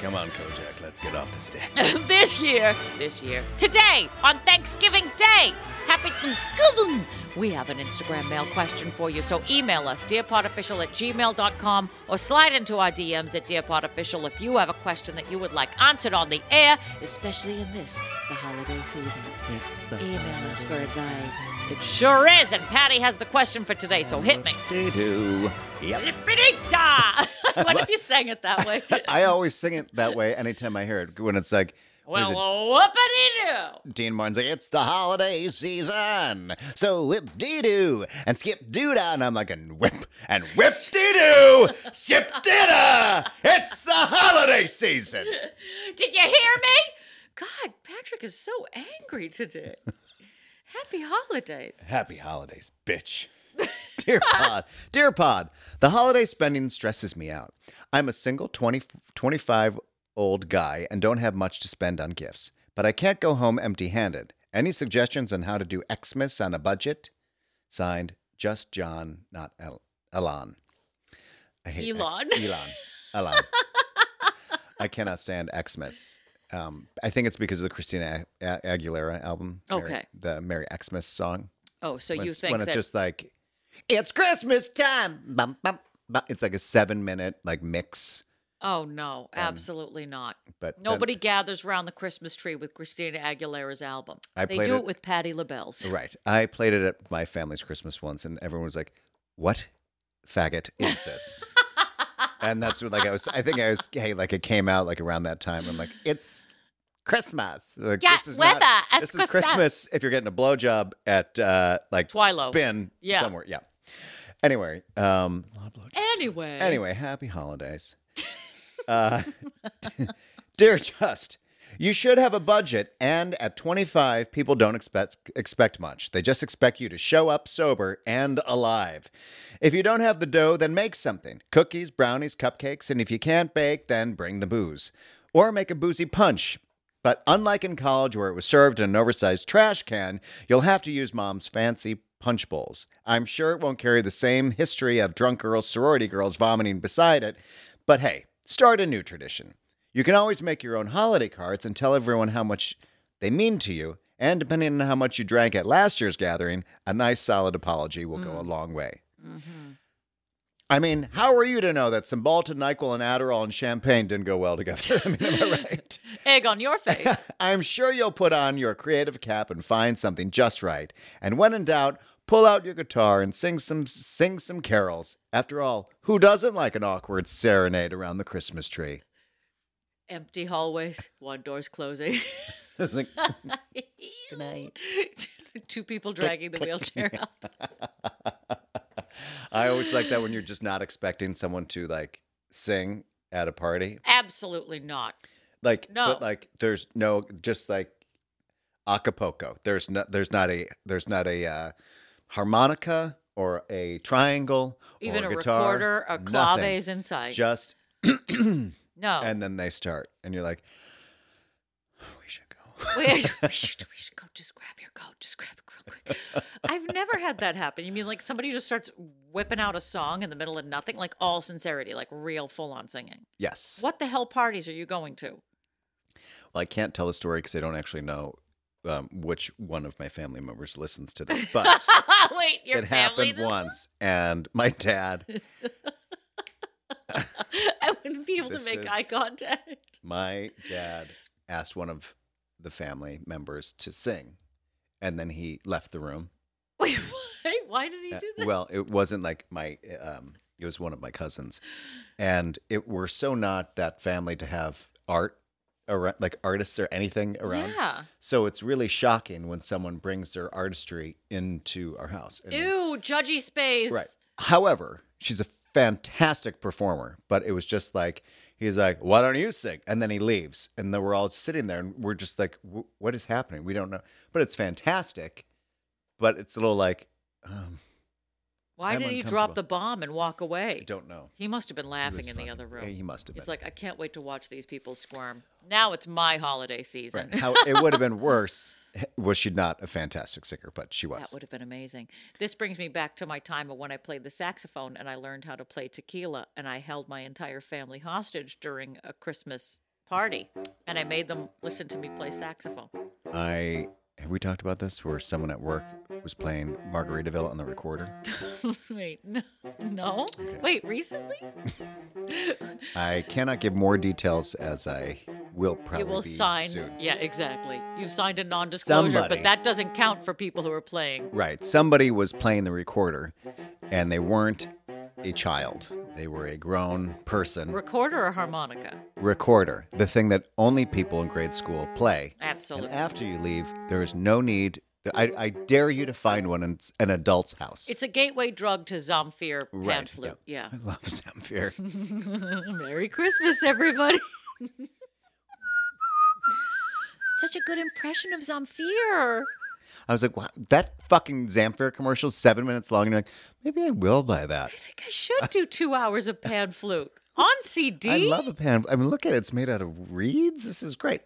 Come on, Kojak. Let's get off the stage. this year, this year, today on Thanksgiving Day, happy Thanksgiving. We have an Instagram mail question for you, so email us, dearpodofficial at gmail.com, or slide into our DMs at dearpodofficial if you have a question that you would like answered on the air, especially in this, the holiday season. Email us for advice at Sure is. And Patty has the question for today, so hit me. Doo-doo. Yep. Lippity-da! what if you sang it that way? I always sing it that way anytime I hear it when it's like, what is well, it? whoopity doo. Dean Martin's like, it's the holiday season, so whip dee doo and skip doo dah. And I'm like, and whip and whip dee doo, skip dee dah. It's the holiday season. Did you hear me? God, Patrick is so angry today. Happy holidays. Happy holidays, bitch. Dear Pod, dear Pod, the holiday spending stresses me out. I'm a single 20, 25 old guy and don't have much to spend on gifts, but I can't go home empty handed. Any suggestions on how to do Xmas on a budget? Signed, just John, not El- Elon. I hate Elon. Elon. Elon. I cannot stand Xmas. Um, I think it's because of the Christina A- A- Aguilera album. Merry- Okay. the Merry Xmas song Oh, so when you it's- think when that it's just like it's Christmas time. Bum, bum, bum. It's like a seven minute like mix, Oh um, no, absolutely not. but then- Nobody gathers around the Christmas tree with Christina Aguilera's album. I they played do it- it, with Patti LaBelle's. right. I played it at my family's Christmas once, and everyone was like, "What faggot is this?" and that's what like I was. I think I was. Hey, like it came out like around that time. I'm like, it's Christmas. Like, Yeah, this is weather. Not, It's this is Christmas. Christmas. If you're getting a blowjob at uh like Twilo. spin Yeah. somewhere, yeah. Anyway, um, Anyway. Anyway, happy holidays. uh, dear Just, you should have a budget, and at 25, people don't expect expect much. They just expect you to show up sober and alive. If you don't have the dough, then make something: cookies, brownies, cupcakes, and if you can't bake, then bring the booze, or make a boozy punch. But unlike in college where it was served in an oversized trash can, you'll have to use mom's fancy punch bowls. I'm sure it won't carry the same history of drunk girls, sorority girls vomiting beside it, but hey, start a new tradition. You can always make your own holiday cards and tell everyone how much they mean to you, and depending on how much you drank at last year's gathering, a nice solid apology will go a long way. I mean, how are you to know that Cymbalta, NyQuil, and Adderall and champagne didn't go well together? I mean, am I right? Egg on your face. I'm sure you'll put on your creative cap and find something just right. And when in doubt, pull out your guitar and sing some sing some carols. After all, who doesn't like an awkward serenade around the Christmas tree? Empty hallways. One door's closing. It's like, Good night. Two people dragging the wheelchair out. I always like that when you're just not expecting someone to like sing at a party. Absolutely not. Like No. but like there's no just like Acapulco. There's not there's not a there's not a uh, harmonica or a triangle Even or a guitar, recorder, a nothing. clave is inside. just no. and then they start and you're like "Oh, we should go we, we should, we should go. Just grab your coat. Just grab it real quick. I've never had that happen. You mean like somebody just starts whipping out a song in the middle of nothing? Like all sincerity, like real full on singing. yes What the hell parties are you going to? well i can't tell the story because i don't actually know um, which one of my family members listens to this but Wait, your it family. happened does- once and my dad I wouldn't be able to This make is- eye contact. my dad asked one of the family members to sing and then he left the room Wait, why, why did he Uh, do that? Well, it wasn't like my. Um, it was one of my cousins, and it we're so not that family to have art around, like artists or anything around. Yeah. So it's really shocking when someone brings their artistry into our house. And- Ew, judgy space. Right. However, she's a fantastic performer, but it was just like he's like, "Why don't you sing?" And then he leaves, and then we're all sitting there, and we're just like, "Wh- "What is happening?" We don't know, but it's fantastic. But it's a little like, um, Why I'm did he drop uncomfortable. the bomb and walk away? I don't know. He must have been He laughing was in funny. the other room. Yeah, He must have been. He's like, I can't wait to watch these people squirm. Now it's my holiday season. Right. How it would have been worse was she not a fantastic singer, but she was. that would have been amazing. This brings me back to my time of when I played the saxophone and I learned how to play tequila and I held my entire family hostage during a Christmas party and I made them listen to me play saxophone. I have we talked about this where someone at work was playing Margaritaville on the recorder. wait, no, no? Wait, recently? I cannot give more details as I will probably You will be sign. soon. Yeah, exactly. You've signed a non-disclosure, Somebody. but that doesn't count for people who are playing. Right. Somebody was playing the recorder and they weren't a child. They were a grown person. Recorder or harmonica? Recorder, the thing that only people in grade school play. And Absolutely. after you leave, there is no need. I, I dare you to find one in s- an adult's house. It's a gateway drug to Zomfir pan Right, yeah. flute. Yeah. I love Zamfir. Merry Christmas, everybody. Such a good impression of Zamfir. I was like, wow, that fucking Zamfir commercial, seven minutes long. And you're like, maybe I will buy that. I think I should do two hours of pan flute on CD. I love a pan. I mean, look at it. It's made out of reeds. This is great.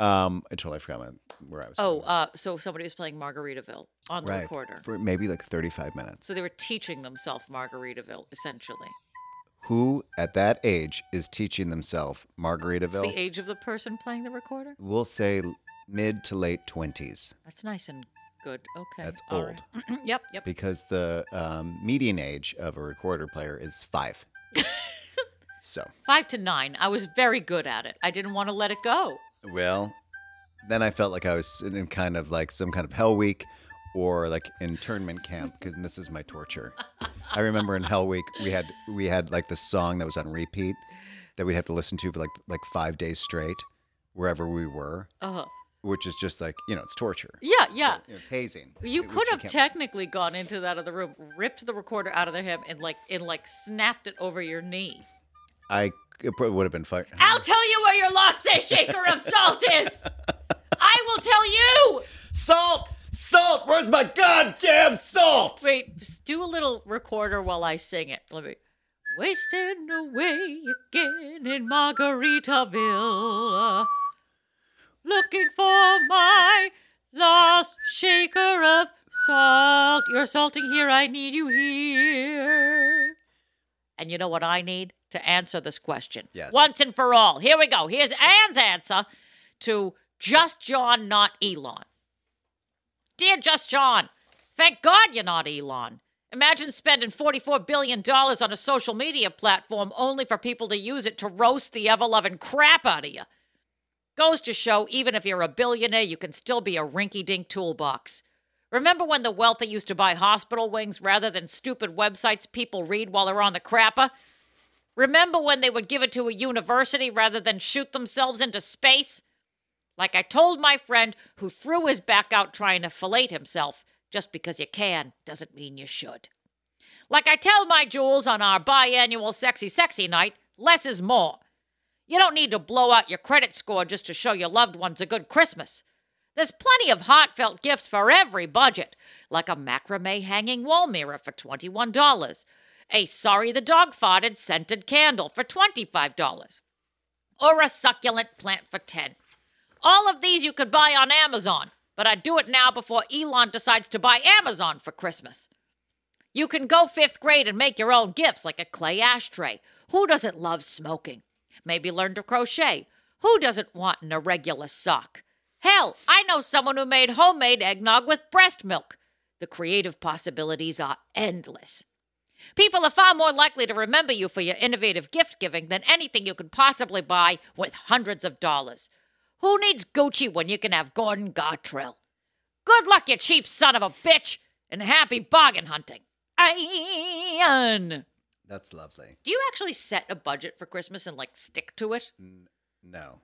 Um, I totally forgot my, where I was. Oh, uh, so somebody was playing Margaritaville on the right. recorder. For maybe like 35 minutes. So they were teaching themselves Margaritaville, essentially. Who at that age is teaching themselves It's Margaritaville? the age of the person playing the recorder. we'll say mid to late 20s That's nice and good. Okay. That's all right. yep, yep. because the um, median age of a recorder player is five. so, Five to nine. I was very good at it. I didn't want to let it go. well, then I felt like I was in- in kind of like some kind of hell week or like internment camp because this is my torture. I remember in Hell Week we had we had like the song that was on repeat that we'd have to listen to for like like five days straight wherever we were. Uh huh. which is just like you know it's torture Yeah, yeah. You know, it's hazing You which could have can't- technically gone into that other room, ripped the recorder out of their hand, and like and like snapped it over your knee. i it probably would have been fine I'll tell you where your laissez shaker of salt is. I will tell you. salt salt where's my goddamn salt Wait, just do a little recorder while I sing it. Let me. Wasting away again in Margaritaville. Looking for my lost shaker of salt. You're salting here, I need you here. And you know what I need? To answer this question. Yes. Once and for all. Here we go. Here's Anne's answer to Just John, not Elon. Dear Just John, thank God you're not Elon. Imagine spending $44 billion on a social media platform only for people to use it to roast the ever loving crap out of you. Goes to show, even if you're a billionaire, you can still be a rinky dink toolbox. Remember when the wealthy used to buy hospital wings rather than stupid websites people read while they're on the crapper? Remember when they would give it to a university rather than shoot themselves into space? Like I told my friend who threw his back out trying to fillet himself, just because you can doesn't mean you should. Like I tell my jewels on our biannual sexy sexy night, less is more. You don't need to blow out your credit score just to show your loved ones a good Christmas. There's plenty of heartfelt gifts for every budget, like a macrame hanging wall mirror for $21, a sorry the dog farted scented candle for $25, or a succulent plant for 10. All of these you could buy on Amazon, but I'd do it now before Elon decides to buy Amazon for Christmas. You can go fifth grade and make your own gifts, like a clay ashtray. Who doesn't love smoking? Maybe learn to crochet. Who doesn't want an irregular sock? Hell, I know someone who made homemade eggnog with breast milk. The creative possibilities are endless. People are far more likely to remember you for your innovative gift giving than anything you could possibly buy with hundreds of dollars. Who needs Gucci when you can have Gordon Gartrell? Good luck, you cheap son of a bitch, and happy bargain hunting. Ian, that's lovely do you actually set a budget for Christmas and like stick to it? Mm. no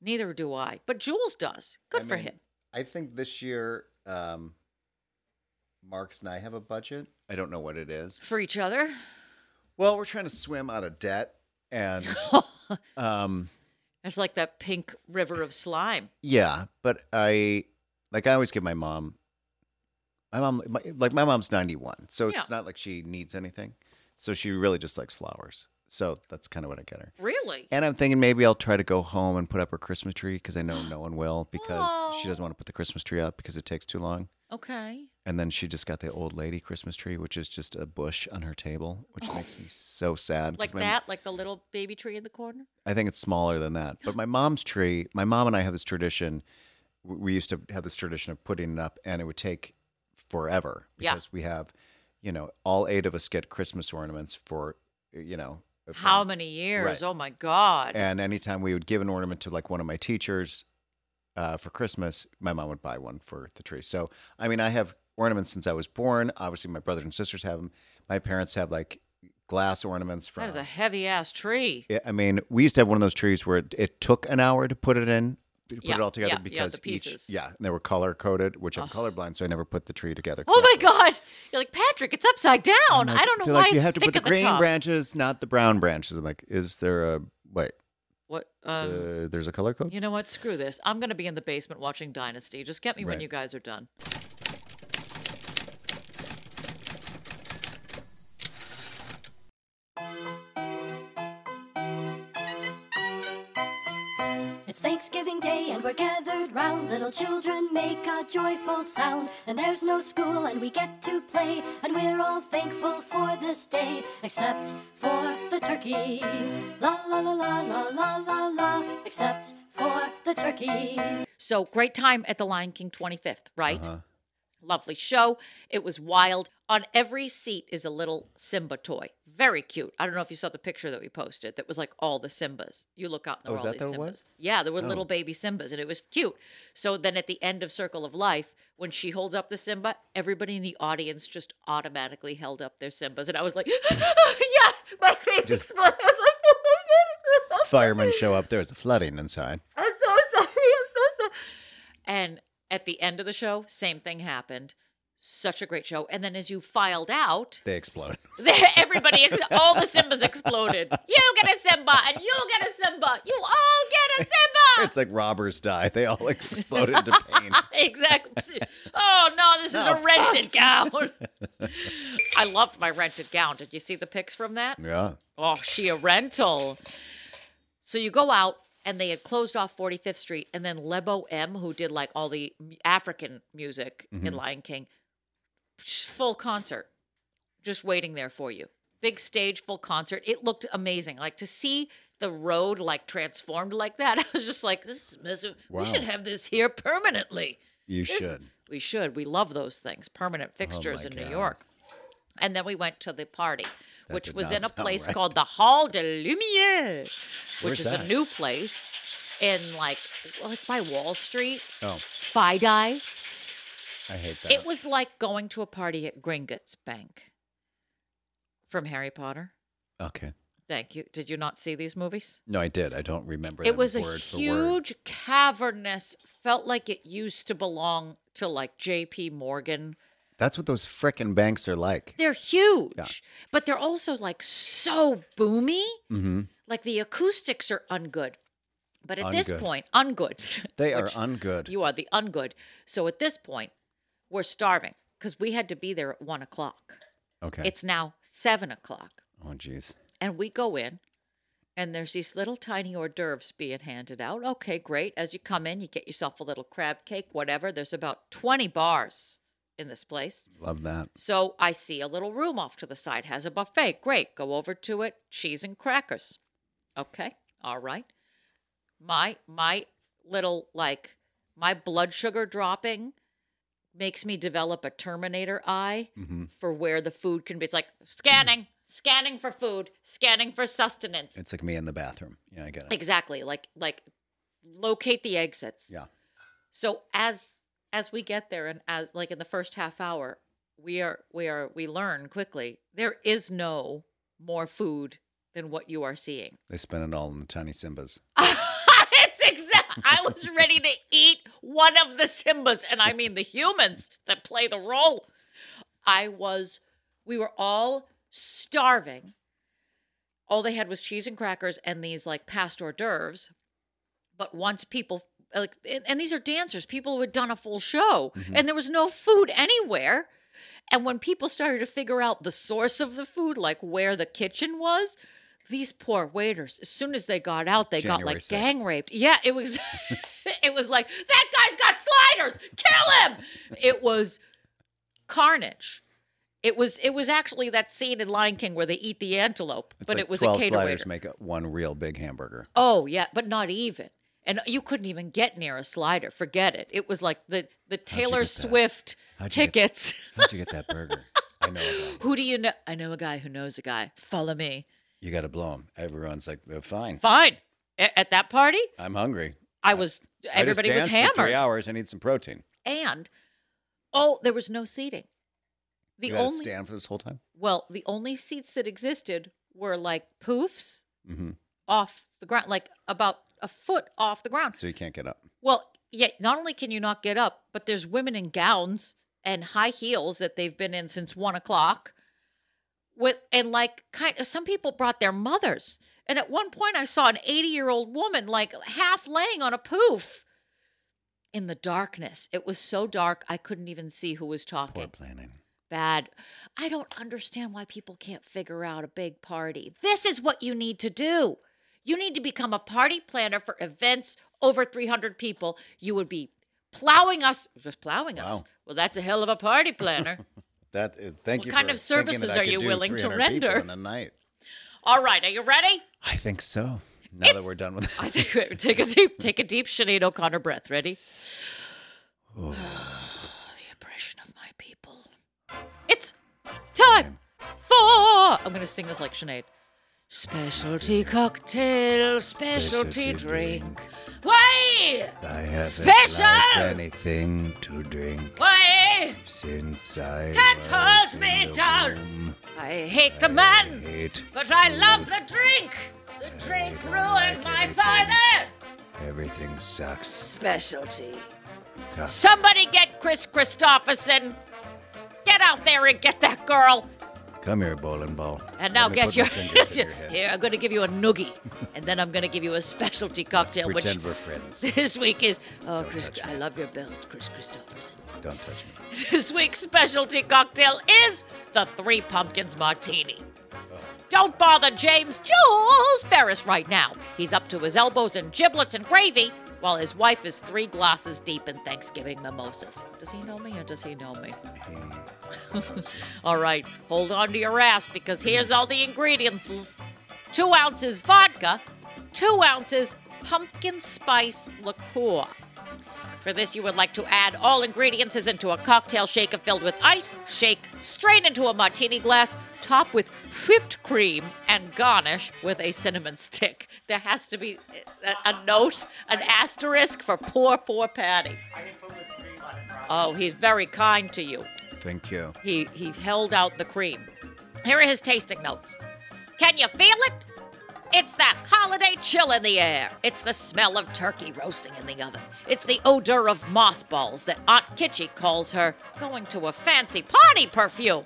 Neither do I, but Jules does. Good I for mean, him. i think this year um marks and i have a budget i don't know what it is For each other. well we're trying to swim out of debt and um It's like that pink river of slime. Yeah, but I like I always give my mom. My mom, my, like my mom's ninety one, so Yeah. it's not like she needs anything. So she really just likes flowers. So that's kind of what I get her. Really? And I'm thinking maybe I'll try to go home and put up her Christmas tree because I know no one will because she doesn't want to put the Christmas tree up because it takes too long. Okay. And then she just got the old lady Christmas tree, which is just a bush on her table, which makes me so sad. 'cause Oh. Like my- that, like the little baby tree in the corner? I think it's smaller than that. But my mom's tree, my mom and I have this tradition. w- We used to have this tradition of putting it up, and it would take forever Yeah. because we have, you know, all eight of us get Christmas ornaments for, you know, How many years? Right. Oh my God. And anytime we would give an ornament to like one of my teachers uh, for Christmas, my mom would buy one for the tree. So, I mean, I have ornaments since I was born. Obviously, my brothers and sisters have them. My parents have like glass ornaments from. that is a heavy ass tree. Yeah, I mean, we used to have one of those trees where it, it took an hour to put it in, to put Yeah, it all together yeah, yeah, because the each, pieces. yeah, and they were color coded, which I'm colorblind, so I never put the tree together. Oh my correctly. God. You're like, Patrick, it's upside down. I'm I like- don't know they're why like, you it's have to thick put at the the green top. branches, not the brown branches. I'm like, is there a wait? What? Um, uh, there's a color code. You know what? Screw this. I'm going to be in the basement watching Dynasty. Just get me when Right. you guys are done. It's Thanksgiving Day and we're gathered round. Little children make a joyful sound. And there's no school and we get to play. And we're all thankful for this day, except for the turkey. La la la la la la la la, except for the turkey. So great time at the Lion King 25th, right? Uh-huh. Lovely show. It was wild. On every seat is a little Simba toy. Very cute. I don't know if you saw the picture that we posted that was like all the Simbas. You look out and there Oh, were is all that these what it Simbas. was? Oh. Yeah, there were little baby Simbas and it was cute. So then at the end of Circle of Life, when she holds up the Simba, everybody in the audience just automatically held up their Simbas. And I was like, yeah, my face exploded. I was like, oh my God. it's so Firemen show up. There's a flooding inside. I'm so sorry. I'm so sorry. And at the end of the show, same thing happened. Such a great show. And then as you filed out, They explode. everybody, ex- all the Simbas exploded. You get a Simba, and you get a Simba. You all get a Simba. it's like robbers die. They all like explode into paint. Exactly. Oh no, this is a rented gown. I loved my rented gown. Did you see the pics from that? Yeah. Oh, she a rental. So you go out and they had closed off 45th Street and then Lebo M who did like all the m- African music in Lion King sh- full concert just waiting there for you. Big stage full concert. It looked amazing. Like to see the road like transformed like that. I was just like this is massive. Wow. We should have this here permanently. You This- should. We should. We love those things. Permanent fixtures in New Oh, God. York. And then we went to the party, which did was not in a sound place right. called the Hall de Lumière, which Where's is a that? new place in like like by Wall Street, Oh, Fidei. I hate that. It was like going to a party at Gringotts Bank from Harry Potter. okay. Thank you. Did you not see these movies? No, I did. I don't remember. It them was a word for word. huge cavernous, felt like it used to belong to like J.P. Morgan. That's what those frickin' banks are like. They're huge, but they're also like so boomy. Mm-hmm. Like the acoustics are ungood. But at this Ungood. point, ungood. They are which ungood. You are the ungood. So at this point, we're starving because we had to be there at one o'clock. okay. It's now seven o'clock. oh, jeez. And we go in, and there's these little tiny hors d'oeuvres being handed out. Okay, great. As you come in, you get yourself a little crab cake, whatever. There's about 20 bars in this place. Love that. So I see a little room off to the side has a buffet. Great. Go over to it. Cheese and crackers. Okay. All right. My my little like my blood sugar dropping makes me develop a terminator eye for where the food can be. It's like scanning, scanning for food, scanning for sustenance. It's like me in the bathroom. Yeah, I get it. exactly. Like like locate the exits. Yeah. So as as we get there and as like in the first half hour, we are we are we learn quickly there is no more food than what you are seeing. They spend it all in the tiny Simbas. it's exact. I was ready to eat one of the Simbas, and I mean the humans that play the role. I was. We were all starving. All they had was cheese and crackers and these like past hors d'oeuvres. But once people like, and, and these are dancers, people who had done a full show, and there was no food anywhere. And when people started to figure out the source of the food, like where the kitchen was, these poor waiters, as soon as they got out, they got January like 6th. gang raped. Yeah, it was, it was like that guy's got sliders. Kill him! It was carnage. It was it was actually that scene in Lion King where they eat the antelope, It's but like it was a 12 cater sliders waiter. make a- one real big hamburger. Oh yeah, but not even. And you couldn't even get near a slider. Forget it. It was like the the Taylor get that? Swift How'd you get- tickets. How'd you get that burger? I know. about it. who do you know? I know a guy who knows a guy. Follow me. You got to blow them. Everyone's like, "Well, fine. Fine. A- at that party, I'm hungry. I was. I just Everybody was danced for three hammered, hours. I need some protein. and oh, there was no seating. The you got to only stand for this whole time. well, the only seats that existed were like poofs hmm off the ground, like about a foot off the ground. So you can't get up. Well, yeah, not only can you not get up, but there's women in gowns and high heels that they've been in since one o'clock. With and like kind of some people brought their mothers. And at one point I saw an 80-year-old woman like half laying on a poof in the darkness. It was so dark I couldn't even see who was Poor talking. planning. Bad. I don't understand why people can't figure out a big party. This is what you need to do. You need to become a party planner for events over 300 people. You would be plowing us, just plowing us. Wow. Well, that's a hell of a party planner. That is, thank What you. kind for of thinking that services I are could you do willing to 300 people render? in a night? All right, are you ready? I think so. Now that we're done with I think take a deep, take a deep Sinead O'Connor breath. Ready? the oppression of my people. It's time for. I'm gonna sing this like Sinead. Specialty cocktail, specialty Specialty drink. Why? I haven't Special! liked anything to drink Why? since I Can't was hold in me the down. womb. I hate the man, Hate but I love the drink. The drink don't ruined like my anything. father. everything sucks. Specialty. Yeah. Somebody get Chris Christopherson. Get out there and get that girl. Come here, bowling ball. And now Let me get put your, my fingers in your head. here. I'm going to give you a noogie, and then I'm going to give you a specialty cocktail, which Pretend we're friends. this week is. Oh, Don't Chris, touch me. I love your belt, Chris Christopherson. Don't touch me. This week's specialty cocktail is the Three Pumpkins Martini. Don't bother James Jules Ferris right now. He's up to his elbows in giblets and gravy, while his wife is three glasses deep in Thanksgiving mimosas. Does he know me or does he know me? all right, hold on to your ass because here's all the ingredients two ounces vodka, two ounces pumpkin spice liqueur. For this, you would like to add all ingredients as into a cocktail shaker filled with ice, shake, strain into a martini glass, top with whipped cream, and garnish with a cinnamon stick. There has to be a, a note, an asterisk for poor, poor Patty. Oh, he's very kind to you. Thank you. He he held out the cream. Here are his tasting notes. Can you feel it? It's that holiday chill in the air. It's the smell of turkey roasting in the oven. It's the odor of mothballs that Aunt Kitchy calls her going to a fancy party perfume.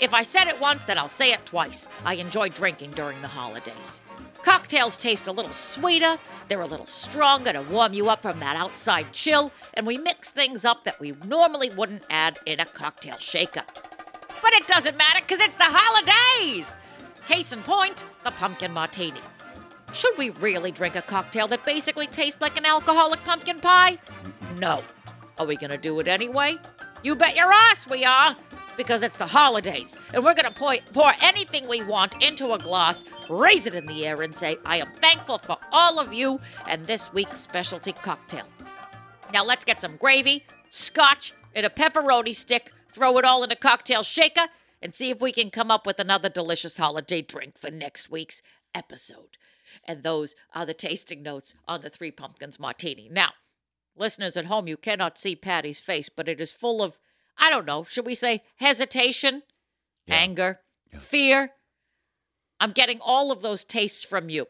If I said it once, then I'll say it twice. I enjoy drinking during the holidays. Cocktails taste a little sweeter, they're a little stronger to warm you up from that outside chill, and we mix things up that we normally wouldn't add in a cocktail shaker. But it doesn't matter because it's the holidays! Case in point, the pumpkin martini. Should we really drink a cocktail that basically tastes like an alcoholic pumpkin pie? No. Are we gonna do it anyway? You bet your ass we are! Because it's the holidays, and we're gonna pour, pour anything we want into a glass, raise it in the air, and say, I am thankful for all of you and this week's specialty cocktail. Now let's get some gravy, scotch, and a pepperoni stick, throw it all in a cocktail shaker, and see if we can come up with another delicious holiday drink for next week's episode. And those are the tasting notes on the Three Pumpkins Martini. Now, listeners at home, you cannot see Patty's face, but it is full of, I don't know, should we say hesitation, anger, fear? I'm getting all of those tastes from you.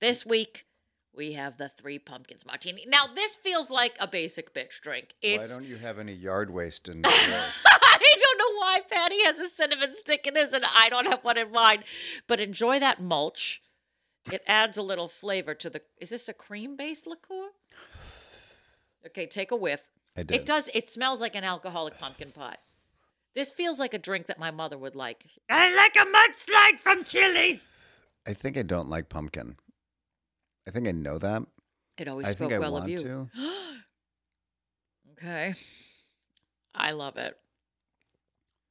This week, we have the three pumpkins martini. Now, this feels like a basic bitch drink. Why It's don't you have any yard waste in yours? I don't know why Patty has a cinnamon stick in his, and I don't have one in mine. But enjoy that mulch. It adds a little flavor to the. Is this a cream-based liqueur? Okay, take a whiff. I It did. does. It smells like an alcoholic pumpkin pie. This feels like a drink that my mother would like. I like a mudslide from Chili's. I think I don't like pumpkin. I think I know that. It always I spoke think I well want of you. to. Okay, I love it.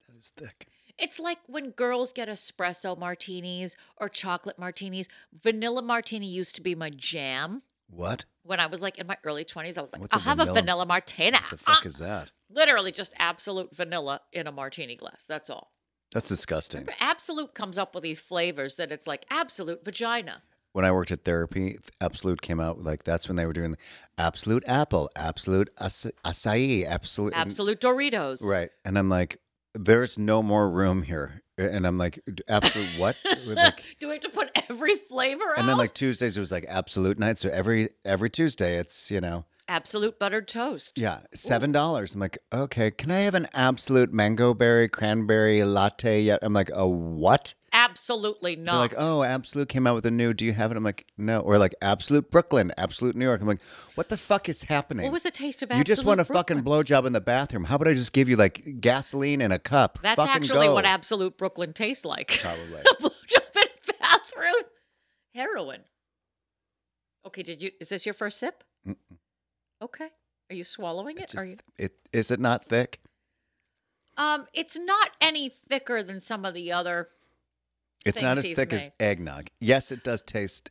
That is thick. It's like when girls get espresso martinis or chocolate martinis. Vanilla martini used to be my jam. What When I was like in my early 20s, I was like, What's a I'll have a vanilla- vanilla martini. the fuck Uh, is that? Literally just absolute vanilla in a martini glass. That's all. That's disgusting. Absolute comes up with these flavors that it's like absolute vagina. When I worked at therapy, Absolute came out like that's when they were doing the Absolute Apple, Absolute aca- Acai, Absolute. and- Absolute Doritos. Right. And I'm like, there's no more room here. And I'm like, Absolute what? like, Do we have to put every flavor and then out? like Tuesdays it was like Absolute night. So every every Tuesday it's you know absolute buttered toast. yeah seven dollars. I'm like, okay, can I have an Absolute mango berry cranberry latte yet? I'm like, a what? Absolutely They're not. like, oh, Absolute came out with a new. Do you have it? I'm like, no. Or like Absolute Brooklyn, Absolute New York. I'm like, what the fuck is happening? What was the taste of "Oh, You just want a Absolute fucking blowjob in the bathroom. How about I just give you like gasoline in a cup? That's fucking actually go. what absolute Brooklyn tastes like. Probably. a blowjob in a bathroom. Heroin. Okay, did you? Is this your first sip? Okay. Are you swallowing it? Are Just- you? it is it not thick? Um, it's not any thicker than some of the other. It's Things not as he's thick as made. eggnog. Yes, it does taste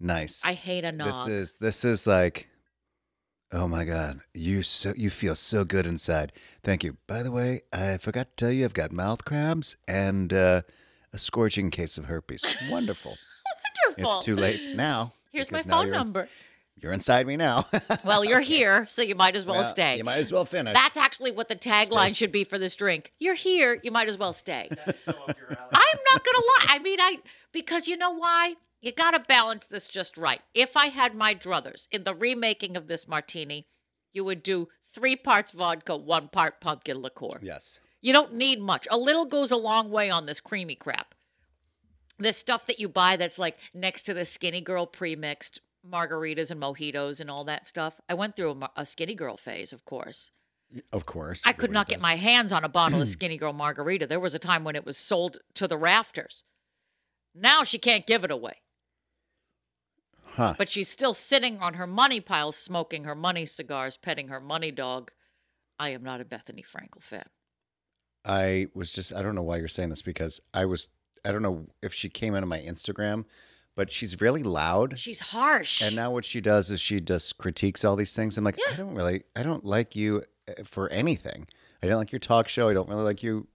nice. I hate a this nog. is this is like, oh my god, you so you feel so good inside. Thank you. By the way, I forgot to tell you, I've got mouth crabs and uh, a scorching case of herpes. Wonderful. Wonderful. It's too late now. Here's my because now phone you're in- number. you're inside me now. Well, you're here, so you might as well, Well, stay. You might as well finish. That's actually what the tagline should be for this drink. You're here, you might as well stay. I'm not gonna lie. I mean, I because you know why? You gotta balance this just right. If I had my druthers in the remaking of this martini, you would do three parts vodka, one part pumpkin liqueur. yes. You don't need much. A little goes a long way on this creamy crap. This stuff that you buy that's like next to the skinny girl pre-mixed margaritas and mojitos and all that stuff. I went through a, mar- a skinny girl phase, of course. Of course. I could not get my hands on a bottle of Skinny Girl Margarita. There was a time when it was sold to the rafters. Now she can't give it away, Huh. but she's still sitting on her money pile, smoking her money cigars, petting her money dog. I am not a Bethany Frankel fan. I was just I don't know why you're saying this because I was I don't know if she came into my Instagram, but she's really loud. She's harsh. And now what she does is she just critiques all these things. I'm like, I don't really I don't like you uh, for anything. I don't like your talk show. I don't really like you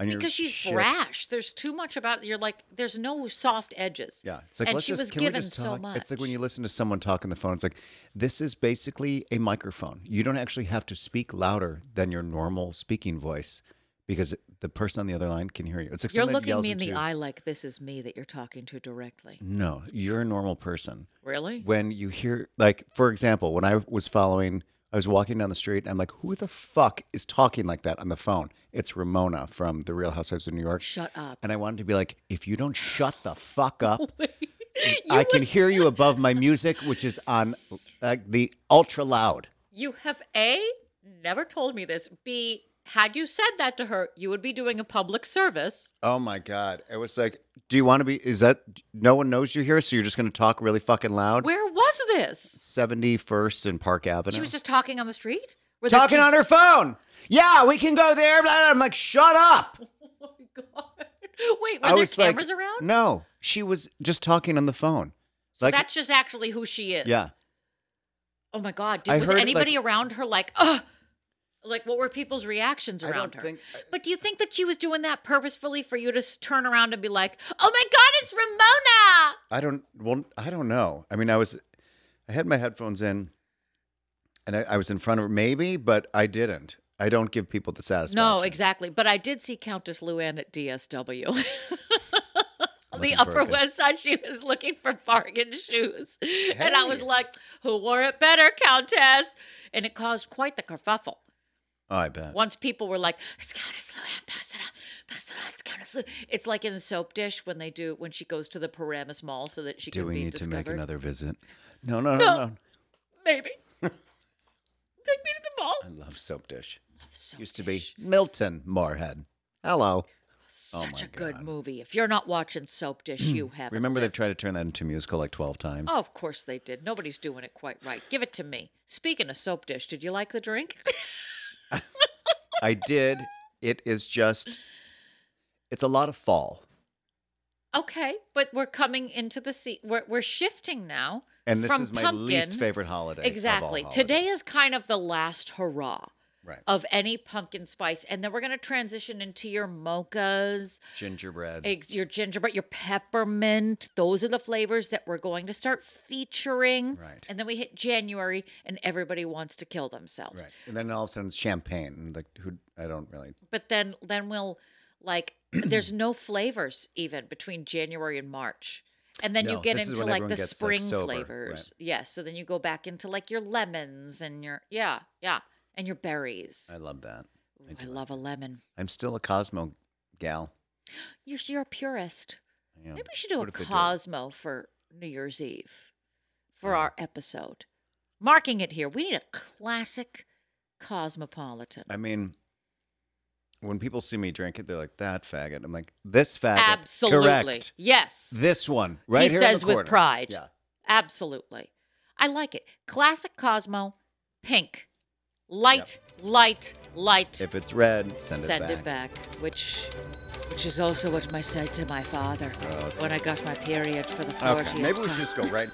on your because she's shit. brash. There's too much about you're like there's no soft edges. Yeah, it's like and let's she just was can we given just so talk? much. It's like when you listen to someone talk on the phone. It's like this is basically a microphone. You don't actually have to speak louder than your normal speaking voice because the person on the other line can hear you. It's like you're someone that looking yells me in at the you. eye like this is me that you're talking to directly. No, you're a normal person. Really? When you hear, like, for example, when I was following, I was walking down the street and I'm like, who the fuck is talking like that on the phone? It's Ramona from The Real Housewives of New York. Shut up. And I wanted to be like, if you don't shut the fuck up, I can hear you above my music, which is on like the ultra loud. You have A, never told me this. B, had you said that to her, you would be doing a public service. Oh my God. It was like, do you want to be, is that, no one knows you here, so you're just going to talk really fucking loud? Where was this? 71st and Park Avenue. She was just talking on the street? Were there talking peop- on her phone. Yeah, we can go there. Blah, blah. I'm like, shut up. Oh Wait, were I there was like, cameras around? No, she was just talking on the phone. So like- that's just actually who she is. Yeah, Oh my God. Did, I was heard, like- anybody around her like, ugh? Like, what were people's reactions I don't around her? think- but do you think that she was doing that purposefully for you to s- turn around and be like, oh my God, it's Ramona? I don't. Well, I don't know. I mean, I was, I had my headphones in, and I, I was in front of her, maybe, but I didn't. I don't give people the satisfaction. Oh, No, exactly. But I did see Countess Luann at DSW. On the Looking for a Upper good- West Side, she was looking for bargain shoes. And I was Hey. like, who wore it better, Countess? And it caused quite the kerfuffle. Oh, I bet. Once people were like, it's Countess Luann, pass it on, pass it on, it's Countess Luann. It's like in Soap Dish when they do, when she goes to the Paramus Mall so that she Do can we be need discovered. to make another visit? No, no, no, no. Maybe. Take me to the mall. I love soap dish. Soap Used to be Dish. Milton Moorhead. Hello. Such my a good movie. If you're not watching Soap Dish, you haven't. Remember lived. they've tried to turn that into a musical like twelve times. Oh, of course they did. Nobody's doing it quite right. Give it to me. Speaking of soap dish, did you like the drink? I did. It is just, it's a lot of fall. okay, but we're coming into the sea. We're, we're shifting now. And this from is my pumpkin- least favorite holiday. of all Exactly. holidays. Today is kind of the last hurrah. Right. of any pumpkin spice. And then we're going to transition into your mochas, Gingerbread. eggs, your gingerbread, your peppermint. Those are the flavors that we're going to start featuring. Right. And then we hit January and everybody wants to kill themselves. Right. And then all of a sudden it's champagne. And like who I don't really But then then we'll like there's no flavors even between January and March. And then you No, get this is into when like everyone the gets, like, spring sober, right. flavors. Yes. So then you go back into like your lemons and your yeah, yeah. And your berries. I love that. Ooh, I love a lemon. I'm still a Cosmo gal. You're you're a purist. you know. Maybe we should do What a if they do it? Cosmo for New Year's Eve for our episode. Marking it here. We need a classic cosmopolitan. I mean, when people see me drink it, they're like, that faggot. I'm like, this faggot. Absolutely. Correct. Yes. This one. Right he here in the says with corner. pride. Yeah. Absolutely. I like it. Classic Cosmo, pink. Light, light, light. If it's red, send, Send it back. which which is also what I said to my father when I got my period for the 40th Okay. Maybe we should time. just go right.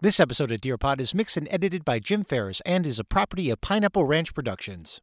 This episode of Dear Pod is mixed and edited by Jim Ferris and is a property of Pineapple Ranch Productions.